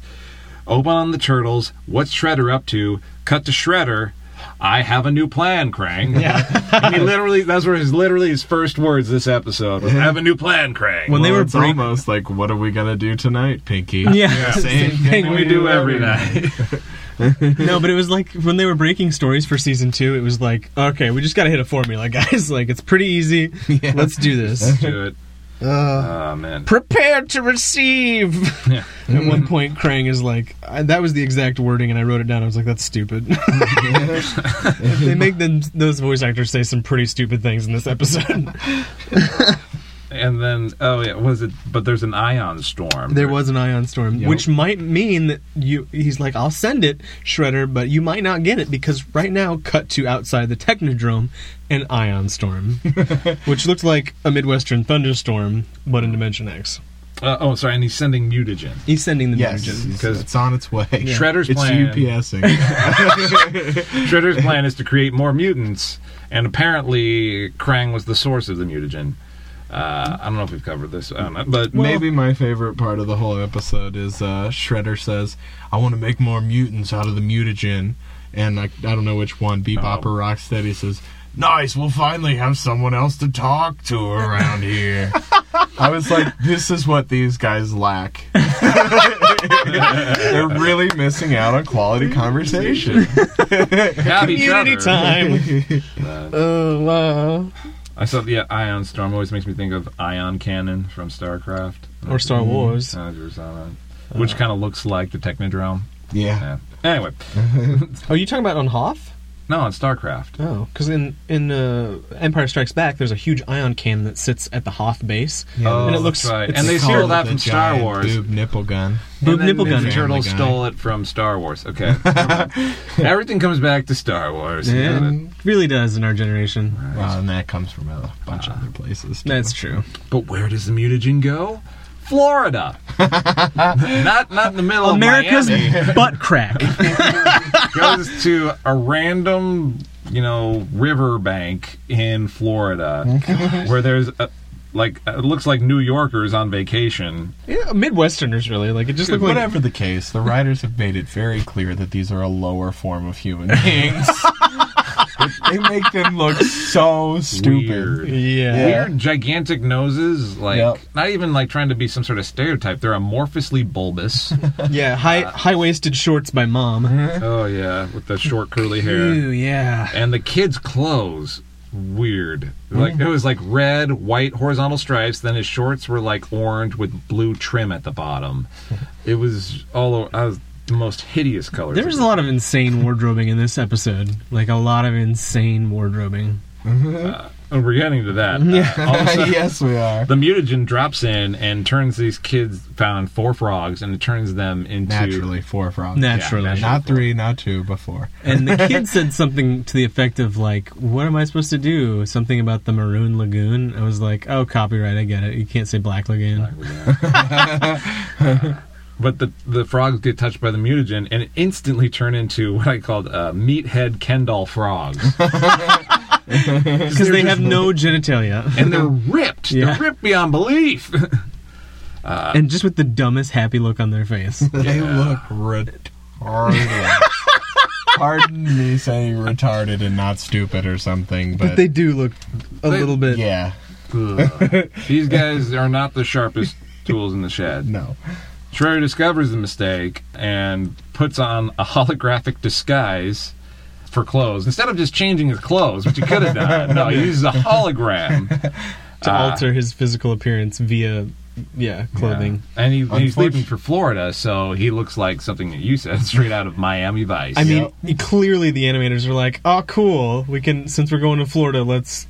B: open on the turtles, what's Shredder up to? Cut to Shredder. I have a new plan, Krang. [laughs] Yeah, I mean, literally, that's where his literally his first words this episode was, "I have a new plan, Krang."
C: When they
D: Well,
C: were
D: it's
C: break-
D: almost like, what are we gonna do tonight, Pinky?
C: Yeah.
B: [laughs]
D: same thing
B: we do every night. [laughs]
C: No, but it was like when they were breaking stories for season two, it was like, okay, we just got to hit a formula, [laughs] guys. Like, it's pretty easy. Let's do
B: [laughs]
C: this.
B: to it. oh man.
C: Prepare to receive.
B: Yeah.
C: At one point, Krang is like, I, that was the exact wording, and I wrote it down. I was like, that's stupid. they make them, those voice actors say some pretty stupid things in this episode.
B: And then oh yeah, was it but there's an ion storm.
C: there was an ion storm,
D: Yep.
C: which might mean that you, he's like, I'll send it, Shredder, but you might not get it because right now, cut to outside the Technodrome, an
B: [laughs]
C: ion storm, which looked like a Midwestern thunderstorm, but in Dimension X.
B: Uh, oh sorry, and he's sending mutagen.
C: He's sending the
D: Yes,
C: mutagen.
D: it's-
B: 'cause-
D: it's on its way.
B: Shredder's
D: it's
B: plan.
D: UPSing.
B: [laughs] Shredder's plan is to create more mutants, and apparently Krang was the source of the mutagen. Uh, I don't know if we've covered this, um, but
C: [laughs]
D: Maybe my favorite part of the whole episode is uh, Shredder says, "I want to make more mutants out of the mutagen," and I, I don't know which one, Bebop
B: Oh.
D: or Rocksteady says. Nice. We'll finally have someone else to talk
B: [laughs]
D: to around here. I was like, this is what these guys lack. [laughs] They're really missing out on quality conversation.
B: Happy
C: Community
B: Shredder. [laughs]
C: time. oh, wow.
B: I saw the yeah, ion storm always makes me think of ion cannon from StarCraft,
C: Or Star Wars.
B: Uh, there's, uh, which kind of looks like the Technodrome.
D: Yeah.
B: Yeah. Anyway,
C: Oh, you talking about on Hoth?
B: no, it's StarCraft.
C: Oh, because in in uh, Empire Strikes Back, there's a huge ion cannon that sits at the Hoth base,
B: Oh,
C: and it looks
B: that's right.
C: it's
B: And they
C: called
B: stole that
D: The
B: from Star
D: giant
B: Wars.
D: Boob nipple gun.
C: Boob
B: And then
C: nipple gun. Oh
B: Ninja Turtle
D: Family Guy.
B: stole it from Star Wars. Okay. [laughs] Everything comes back to Star Wars.
C: Yeah, it really does in our generation.
D: Well, and that comes from a bunch
B: Ah.
D: of other places. too.
C: That's true.
B: But where does the mutagen go?
C: [laughs]
B: Florida. not not in the middle
C: America's [laughs]
B: of Oh, Miami.
C: butt crack.
B: goes to a random, you know, river bank in Florida where there's a, like it looks like New Yorkers on vacation.
C: Yeah, Midwesterners really like it. Just looked like
D: Whatever the case, the writers have made it very clear that these are a lower form of human beings. they make them look so stupid.
B: Weird.
C: yeah.
B: Weird gigantic noses, like
D: Yep.
B: not even like trying to be some sort of stereotype. They're amorphously bulbous.
C: Yeah, high high waisted shorts by mom.
B: oh yeah, with the short curly hair.
C: Ooh, yeah.
B: and the kids' clothes weird. Like it was like red, white horizontal stripes. Then his shorts were like orange with blue trim at the bottom. It was all o- I was the most hideous colors.
C: There was a lot of insane wardrobing in this episode. Like a lot of insane wardrobing.
B: And we're getting to that. Yeah. all of a sudden,
D: [laughs] yes, we are.
B: The mutagen drops in and turns these kids found four frogs and it turns them into
D: Naturally, four frogs.
C: Naturally.
B: naturally.
D: Not three, not two, but four.
C: And the [laughs] kid said something to the effect of like, "What am I supposed to do?" Something about the Maroon Lagoon. I was like, "Oh, copyright. I get it. You can't say Black Lagoon."
B: But the the frogs get touched by the mutagen and instantly turn into what I called uh, meathead Kendall frogs,
C: because they have no genitalia,
B: and they're ripped.
C: Yeah.
B: They're ripped beyond belief.
C: and just with the dumbest happy look on their face.
D: They look retarded. Pardon me saying retarded and not stupid or something, but,
E: They do look a
B: They-
E: little bit.
D: yeah,
B: Ugh. These guys are not the sharpest tools in the shed.
D: no.
B: Schreier discovers the mistake and puts on a holographic disguise for clothes instead of just changing his clothes, which he could have done. No, he uses a hologram.
C: to alter his physical appearance via yeah clothing.
B: Yeah. And he, he's
D: Unfortunate-
B: leaving for Florida, so he looks like something that you said, [laughs] straight out of Miami Vice.
C: I mean, clearly the animators were like, "Oh, cool. We can since we're going to Florida, let's."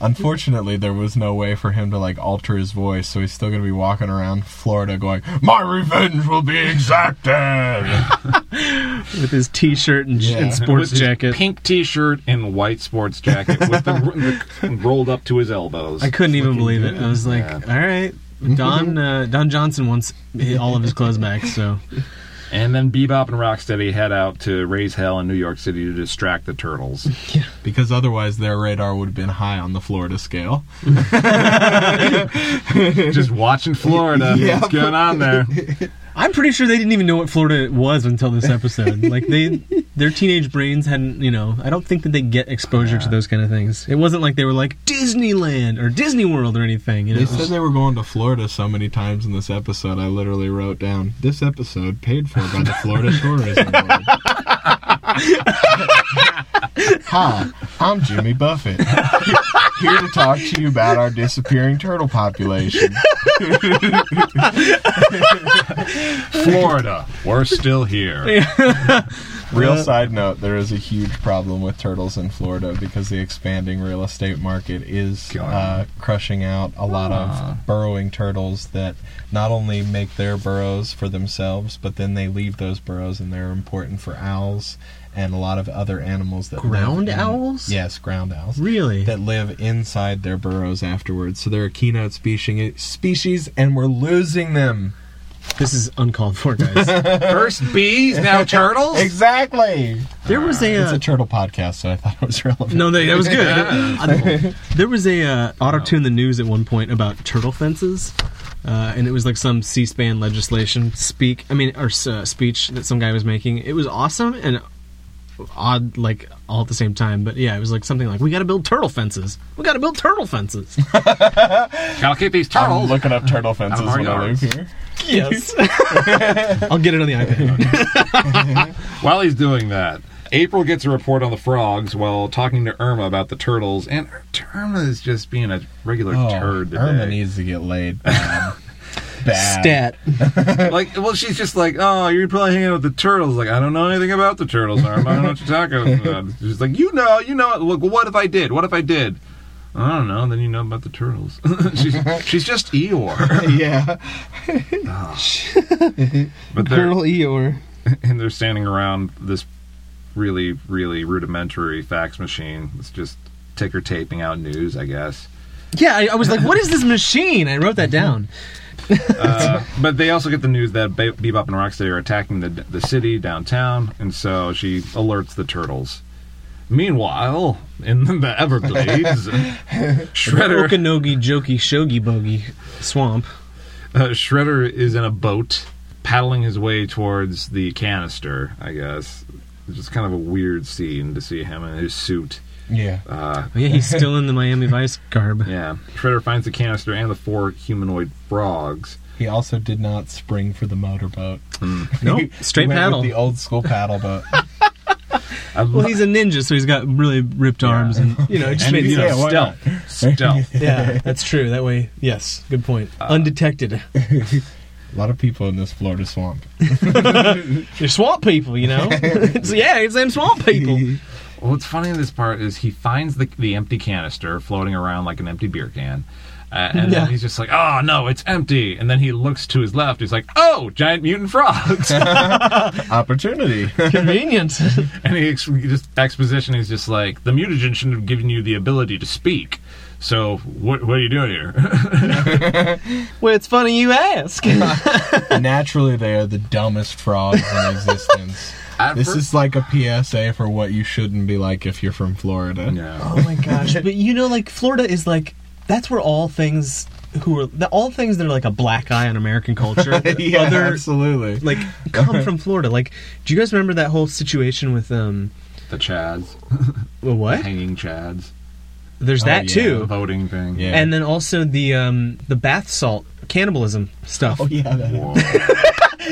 D: Unfortunately, there was no way for him to like alter his voice, so he's still gonna be walking around Florida going, "My revenge will be exacted." [laughs]
C: with his t-shirt and,
D: Yeah.
C: and sports
B: With his
C: jacket.
B: pink T-shirt, and white sports jacket with the,
D: [laughs]
B: the rolled up to his elbows.
C: I couldn't even believe it. I was like, "All right." Don uh, Don Johnson wants all of his clothes back, so
B: And then Bebop and Rocksteady head out to raise hell in New York City to distract the
D: [laughs]
B: turtles.
D: because otherwise, their radar would have been high on the Florida scale.
B: Just watching Florida. What's going on
D: [laughs]
B: there?
C: I'm pretty sure they didn't even know what Florida was until this episode. like they, their teenage brains hadn't. You know, I don't think that they get exposure to those kind of things. It wasn't like they were like Disneyland or Disney World or anything. You know,
D: They said they were going to Florida so many times in this episode. I literally wrote down this episode paid for by the Florida Tourism Board. [laughs] Hi, I'm Jimmy Buffett. [laughs] Here to talk to you about our disappearing turtle population.
B: Florida. We're still here.
D: Real side note, there is a huge problem with turtles in Florida because the expanding real estate market is
B: God.
D: uh, crushing out a lot
C: Ah.
D: of burrowing turtles that not only make their burrows for themselves, but then they leave those burrows and they're important for owls and a lot of other animals that live
C: Ground
D: in-
C: owls?
D: Yes, ground owls
C: really.
D: that live inside their burrows afterwards. So they're a keynote species, species, and we're losing them.
C: This is uncalled for, guys.
D: [laughs]
B: First bees, now turtles.
D: Exactly.
C: there was a,
D: It's
C: uh,
D: a turtle podcast, so I thought it was relevant.
C: no, they, that
E: [laughs]
C: was good. Uh, [laughs] there was a uh, auto tune the news at one point about turtle fences, uh, and it was like some C-SPAN legislation speak. I mean, or uh, speech that some guy was making. It was awesome and odd, like all at the same time. But yeah, it was like something like, "We got to build turtle fences. We got to build turtle fences."
B: Gotta keep these
D: I'm
B: turtles.
D: looking up turtle fences
B: Out of our
D: when I leave
B: yards.
D: here.
C: yes, [laughs] I'll get it on the iPad.
B: While he's doing that, April gets a report on the frogs while talking to Irma about the turtles, and Irma is just being a regular turd today.
D: Oh, Irma needs to get laid.
B: [laughs]
D: Bad. bad. [laughs]
E: Stat.
B: like, well, she's just like, oh, you're probably hanging out with the turtles. Like, I don't know anything about the turtles, Irma. I don't know what you're talking about. She's like, you know, you know. Look, what if I did? What if I did? I don't know. Then you know about the turtles. [laughs] she's, she's just Eeyore.
D: Yeah.
B: But they're,
E: Turtle Eeyore.
B: and they're standing around this really, really rudimentary fax machine. It's just ticker taping out news, I guess.
C: yeah, I, I was like, "What is this machine?" I wrote that down.
B: Uh, but they also get the news that Be- Bebop and Rocksteady are attacking the the city downtown, and so she alerts the turtles. Meanwhile, in the
D: [laughs]
B: Everglades, Shredder
C: Okanogi, Jokey, Shogi, Bogie, Swamp.
B: uh, Shredder is in a boat paddling his way towards the canister. I guess it's just kind of a weird scene to see him in his suit.
D: Yeah.
B: Uh,
C: Yeah, he's still in the Miami Vice garb.
B: yeah, Shredder finds the canister and the four humanoid frogs.
D: He also did not spring for
B: [laughs]
D: the motorboat.
B: Hmm.
C: No,
D: [laughs] He
C: straight
D: went
C: paddle.
D: With the old school paddle boat.
B: I
C: Well,
B: love-
C: he's a ninja, so he's got really ripped arms, and you know, it just
B: and,
C: made
B: you know,
D: yeah, why not?
B: stealth, stealth.
C: Yeah, that's true. That way, yes, good point. Undetected.
D: a lot of people in this Florida swamp.
C: You're swamp people, you know. so, yeah, it's them swamp people.
B: Well, what's funny in this part is he finds the, the empty canister floating around like an empty beer can. Uh, and
C: Yeah.
B: then he's just like, oh no, it's empty. And then he looks to his left. He's like, oh, giant mutant frogs.
C: [laughs]
D: Opportunity.
C: Convenient.
B: and he ex- he just exposition is just like, the mutagen shouldn't have given you the ability to speak. So what, what are you doing here? [laughs]
C: well, it's funny you ask.
D: [laughs] Naturally, they are the dumbest frogs in existence.
B: [laughs] At
D: This
B: first-
D: is like a PSA for what you shouldn't be like if you're from Florida.
B: no.
C: Oh my gosh! [laughs] But you know, like Florida is like that's where all things who are the, all things that are like a black eye on American culture.
D: [laughs] yeah,
C: other
D: absolutely.
C: like come from Florida. Like, do you guys remember that whole situation with um
B: The Chads,
C: well, what?
B: hanging Chads,
C: There's
D: Oh,
C: that
D: yeah.
B: the
C: too,
B: voting thing.
D: Yeah.
C: and then also the um the bath salt cannibalism stuff.
D: oh [laughs] yeah, that,
B: Whoa.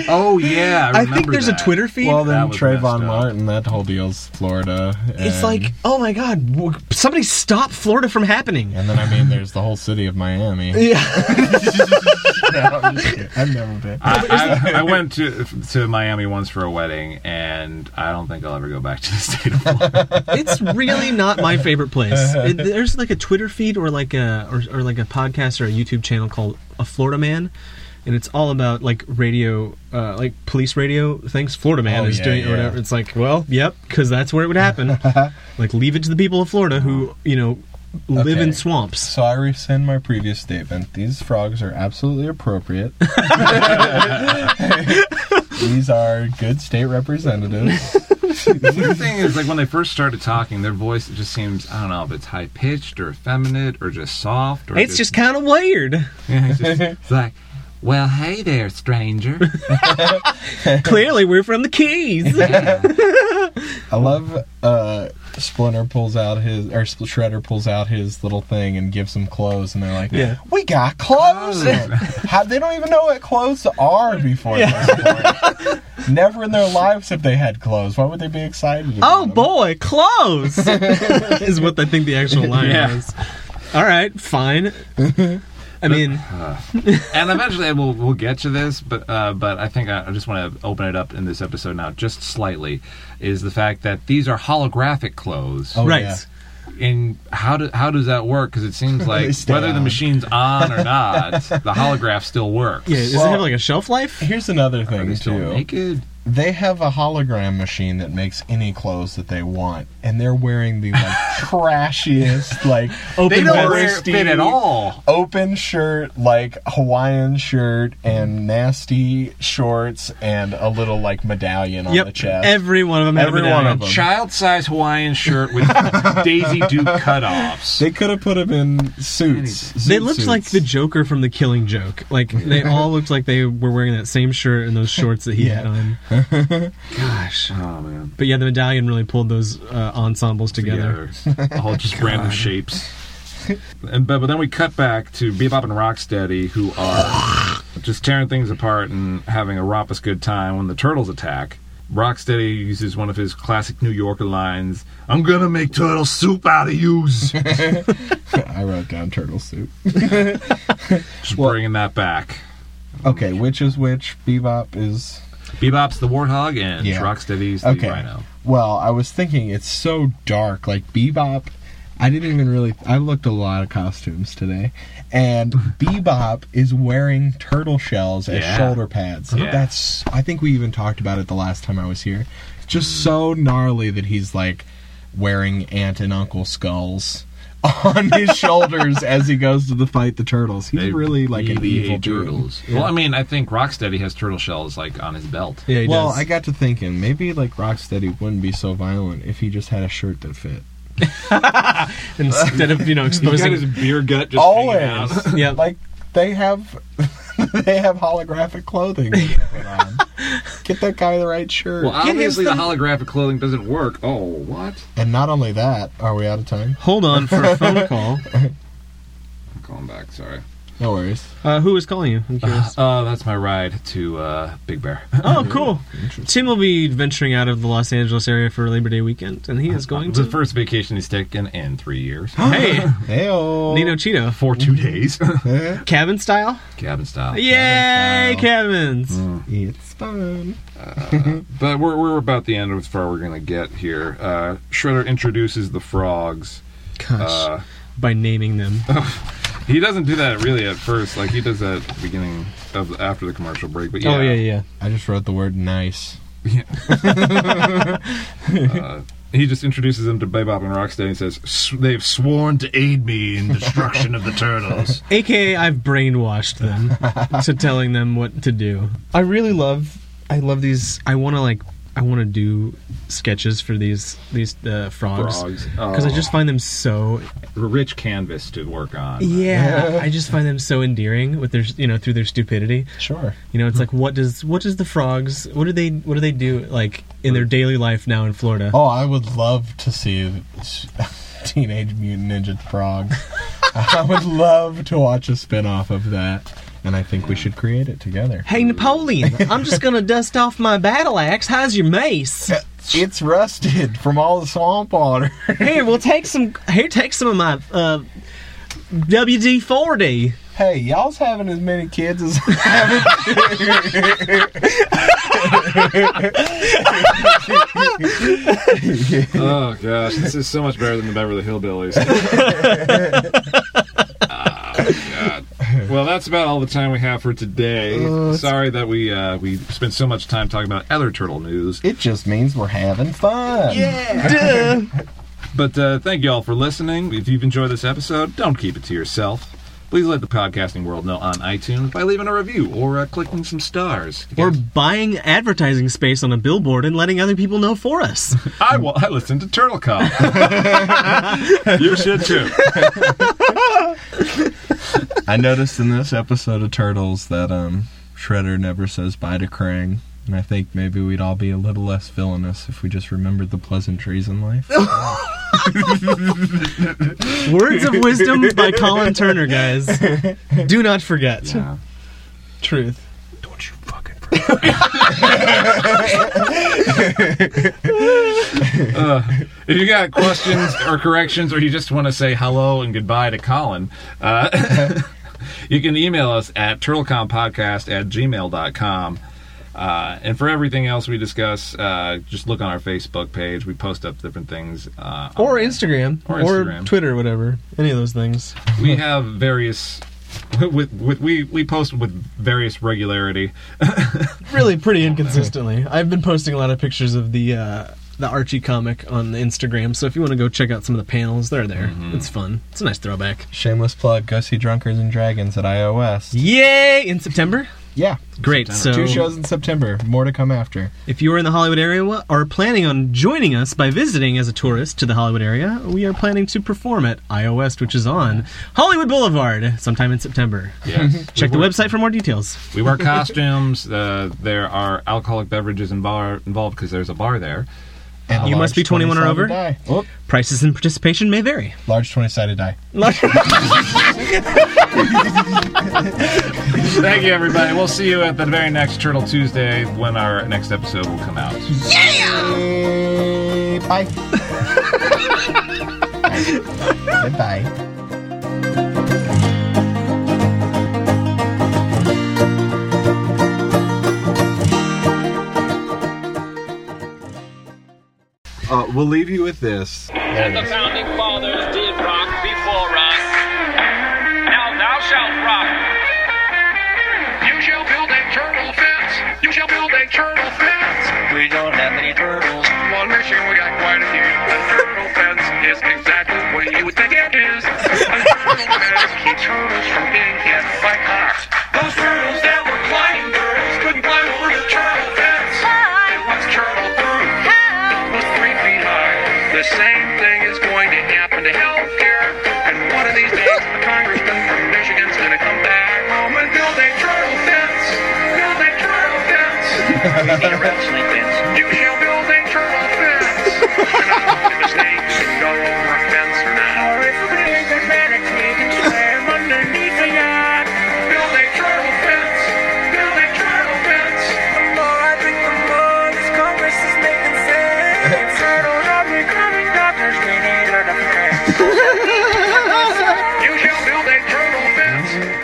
B: oh yeah, I,
C: [laughs] I
B: remember
C: think there's
B: that.
C: a Twitter feed.
D: well then
B: That was messed up.
D: Trayvon Martin, that whole deal's Florida.
C: it's
D: and-
C: like, oh my god, w- somebody stop Florida from happening.
D: and then I mean, there's the whole city of Miami.
C: Yeah.
D: [laughs] No, I'm just kidding. I've never been.
B: I, I, I went to to Miami once for a wedding, and I don't think I'll ever go back to the [laughs] state of Florida.
C: it's really not my favorite place.
D: [laughs]
C: It- there's like a Twitter feed or like a or, or like a podcast or a YouTube channel called A Florida Man, and it's all about like radio, uh, like police radio things. Florida Man
D: Oh,
C: is
D: yeah,
C: doing
D: yeah.
C: or whatever. It's like, well, yep, because that's where it would
D: [laughs]
C: happen. like, leave it to the people of Florida who you know live
D: Okay.
C: in swamps.
D: So I rescind my previous statement. These frogs are absolutely appropriate. [laughs] These are good state representatives.
B: the weird thing is, like when they first started talking, their voice just seems I don't know if it's high pitched or effeminate or just soft. Or
C: It's just kind of weird.
B: Yeah, [laughs] it's just- it's like, well, hey there, stranger.
C: Clearly, we're from the
D: [laughs]
C: Keys.
D: I love uh, Splinter pulls out his or Spl- Shredder pulls out his little thing and gives them clothes, and they're like,
C: Yeah. Oh.
D: "We got clothes." [laughs] How they don't even know what clothes are before this point. [laughs] Never in their lives have they had clothes. Why would they be excited?
C: Oh
D: About them?
C: boy, close [laughs] is what I think the actual line
B: Yeah.
C: is. All right, fine. I mean,
B: and eventually we'll we'll get to this, but uh, but I think I, I just want to open it up in this episode now, just slightly, is the fact that these are holographic clothes.
D: Oh,
C: right.
D: yeah.
B: and how do, how does that work? Because it seems like
D: stay
B: whether the
D: on.
B: machine's on or not, the holograph still works.
C: Yeah, does
D: Well-
C: it have like a shelf life?
D: Here's another
B: Are they
D: thing
B: still
D: too.
B: naked?
D: They have a hologram machine that makes any clothes that they want, and they're wearing the like [laughs] trashiest, like
C: Open
B: They don't wear
D: waisty-
B: fit at all.
D: open shirt, like Hawaiian shirt, and nasty shorts, and a little like medallion on the
C: Yep.
D: chest.
C: Every one of them. had a
D: Every
C: medallion.
D: one of them.
B: Child size Hawaiian shirt with Daisy Duke cutoffs.
D: they could have put him in suits.
C: They
D: zoot
C: looked
D: suits.
C: like the Joker from The Killing Joke. Like
D: [laughs]
C: they all looked like they were wearing that same shirt and those shorts that he had on. Gosh.
B: oh man.
C: But yeah, the medallion really pulled those uh, ensembles together.
B: Together. [laughs] All just random shapes. And but, but then we cut back to Bebop and Rocksteady, who are just tearing things apart and having a rompous good time when the turtles attack. Rocksteady uses one of his classic New Yorker lines: "I'm gonna make turtle soup out of
D: [laughs]
B: yous."
D: I wrote down turtle suit.
B: Just bringing that back.
D: Okay, which is which? Bebop is
B: Bebop's the warthog and
D: Yeah.
B: Rocksteady's the
D: okay.
B: rhino.
D: Well, I was thinking it's so dark, like Bebop. I didn't even really. I looked at a lot of costumes today,
B: [laughs]
D: and Bebop is wearing turtle shells as
B: Yeah.
D: shoulder pads.
B: Yeah.
D: That's. I think we even talked about it the last time I was here. Just
B: Mm.
D: so gnarly that he's like wearing aunt and uncle skulls [laughs] on
B: [laughs]
D: his shoulders as he goes to the fight the turtles. He's really like an
B: really
D: evil
B: hate
D: dude.
B: turtles. Well, I mean, I think Rocksteady has turtle shells like on his belt.
C: Yeah, he
D: Well,
C: does.
D: I got to thinking maybe like Rocksteady wouldn't be so violent if he just had a shirt that fit.
C: instead of
D: [laughs]
C: you know exposing
B: beer gut just [laughs]
D: always
C: Yeah.
D: like they have [laughs] they have holographic
B: [laughs]
D: clothing that they put on. get that guy the right shirt
B: Well,
C: him
B: obviously the
C: some-
B: holographic clothing doesn't work. Oh, what?
D: and not only that are we out of time [laughs]
C: Hold on for a phone call.
B: I'm calling back. Sorry.
D: No worries.
C: Uh, who is calling you? I'm curious.
B: Uh, that's my ride to uh, Big Bear. [laughs]
C: oh, cool. Tim will be venturing out of the Los Angeles area for Labor Day weekend, and he is going
B: It's the
C: to
B: first vacation he's taken in three years.
C: [laughs] hey
D: Heyo.
C: Nino Cheeto
B: [laughs] For two days. [laughs]
C: cabin style.
B: Cabin style.
C: Yay, cabins!
D: [laughs] It's fun.
B: But we're, we're about the end of as far we're going to get here. Uh, Shredder introduces the frogs.
C: Gosh,
B: Uh,
C: by naming them. [laughs]
B: he doesn't do that really at first. Like he does that at the beginning of after the commercial break. But yeah,
C: Oh yeah, yeah.
D: I just wrote the word nice.
B: he just introduces them to Bebop and Rocksteady and says "S- they've sworn to aid me in destruction of the turtles.
C: AKA, I've brainwashed [laughs] them to telling them what to do. I really love, I love these. I want to like, I want to do sketches for these these uh, frogs Oh.
B: Frogs.
C: because I just find them so.
B: [laughs] Rich canvas to work on.
C: Yeah, I just find them so endearing with their you know through their stupidity.
D: Sure.
C: You know, it's like what does what does the frogs what do they what do they do like in their daily life now in Florida?
D: Oh, I would love to see [laughs] s- Teenage Mutant Ninja
B: [laughs]
D: Frogs. I would love to watch a spin-off of that, and I think we should create it together.
C: Hey [laughs] Napoleon, I'm just gonna dust off my battle axe. How's your mace?
D: It's rusted from all the swamp water. [laughs]
C: Here, we'll take some. Here, take some of my uh, WD forty.
D: hey, y'all's having as many kids as [laughs]
B: Oh gosh, this is so much better than the Beverly Hillbillies. Ah, God. Well, that's about all the time we have for today. Sorry that we uh, we spent so much time talking about other turtle news,
D: It just means we're having fun.
B: but uh, thank you all for listening. If you've enjoyed this episode, don't keep it to yourself. Please let the podcasting world know on iTunes by leaving a review or uh, clicking some stars.
C: We're buying advertising space on a billboard and letting other people know for [laughs] us.
B: I will. I listen to Turtle Cop. you should too.
D: I noticed in this episode of Turtles that um, Shredder never says bye to Krang. And I think maybe we'd all be a little less villainous if we just remembered the pleasantries in life.
C: Words of wisdom by Colin Turner, [laughs] guys. Do not forget. Truth.
B: Don't you fucking. If you got questions or corrections, or you just want to say hello and goodbye to Colin, uh, [laughs] you can email us at turtlecompodcast at gmail.com. Uh, and for everything else we discuss, uh, just look on our Facebook page. We post up different things. Uh, on
C: Or
B: there.
C: Instagram.
B: Or
C: Or,
B: Instagram.
C: Twitter, whatever. Any of those things.
B: we have various. With, with we we post with various regularity.
C: Really pretty inconsistently. I've been posting a lot of pictures of the uh, the Archie comic on the Instagram, so if you want to go check out some of the panels, they're there.
D: Mm-hmm.
C: It's fun. It's a nice throwback.
D: Shameless plug, go see Drunkards and Dragons at iOS.
C: Yay! In September?
D: Yeah,
C: Great.
D: two
C: So
D: shows in September, more to come after.
C: If you are in the Hollywood area wa- or planning on joining us by visiting as a tourist to the Hollywood area, we are planning to perform at iOS, which is on Hollywood Boulevard sometime in September.
B: Yes.
C: Mm-hmm. Check the
B: website.
C: website for more details.
B: We wear costumes. Uh, there are alcoholic beverages invo- involved because there's a bar there.
D: And
C: You
D: Uh, large
C: must be 21 or
D: 20-sided
C: over?
D: Die. Whoop,
C: Prices and participation may vary. [laughs]
D: large 20 sided die.
B: Thank you, everybody. We'll see you at the very next Turtle Tuesday when our next episode will come out.
D: Yay! Bye. Goodbye. Uh, we'll leave you with this.
F: that the founding fathers did rock before us. Now thou shalt rock. You shall build a turtle fence. You shall build a turtle fence. We don't have any turtles. Well, in Michigan, we got quite a few. A turtle fence is exactly what you would think it is. A turtle fence keeps turtles from being hit by cars. Those turtles that were climbing girls couldn't climb over the turtle fence. It was turtle proof. It was three feet high. The same thing is going to happen to healthcare. And one of these days, a congressman from Michigan's going to come back home and build a turtle fence. Build a turtle fence. We need a rattlesnake fence. You shall build a turtle fence. And I don't know if a snake should go over a fence or not. Or if a rattlesnake can swim underneath a yacht. You shall build a turtle fence.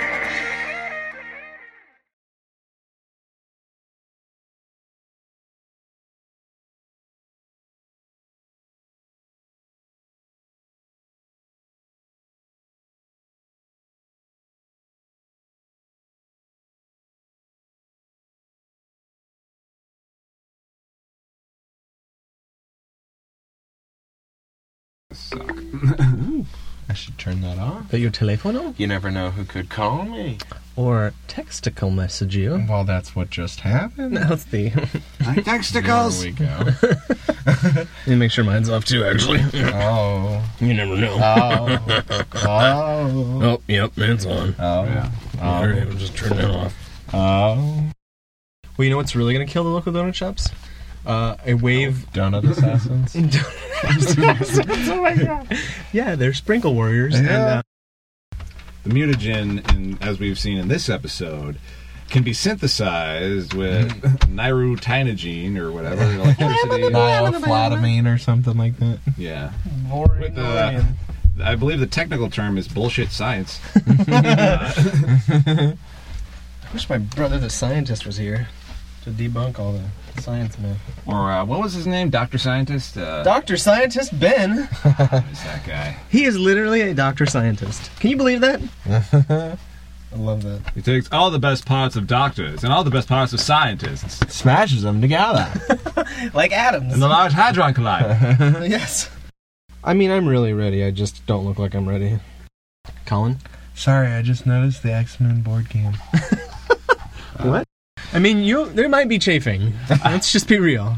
B: Suck.
D: I should turn that off.
C: Put your telephone
D: You never know who could call me.
C: or textical message you. [laughs]
D: Well, that's what just happened.
C: That's [laughs] the.
D: There we go.
C: Let me make sure mine's off too. Actually,
D: Oh.
C: you never know. [laughs]
D: Oh. Oh.
C: oh, yep, mine's on.
D: Oh.
B: Yeah.
C: All right, we'll just turn that off.
D: Oh.
C: Well, you know what's really gonna kill the local donut shops? Uh, a wave.
D: Donut
C: [laughs]
D: assassins.
C: yeah, they're sprinkle warriors.
D: Yeah.
C: And, uh,
B: The mutagen, in, as we've seen in this episode, can be synthesized with nirotinogene or whatever electricity.
D: Nioflatamine or something like that.
B: yeah. With the, I believe the technical term is bullshit science.
C: I wish my brother, the scientist, was here to debunk all the science man.
B: Or uh, what was his name? Doctor Scientist. Uh,
C: Doctor Scientist Ben.
B: is that guy?
C: [laughs] He is literally a doctor scientist. Can you believe that? [laughs] I love that.
B: He takes all the best parts of doctors and all the best parts of scientists
D: Smashes them together.
C: [laughs] Like Adams.
B: and the Large Hadron Collider.
C: yes. I mean, I'm really ready. I just don't look like I'm ready. Colin?
D: Sorry, I just noticed the X Men board game.
C: [laughs] I mean, you there might be chafing. Let's just be real.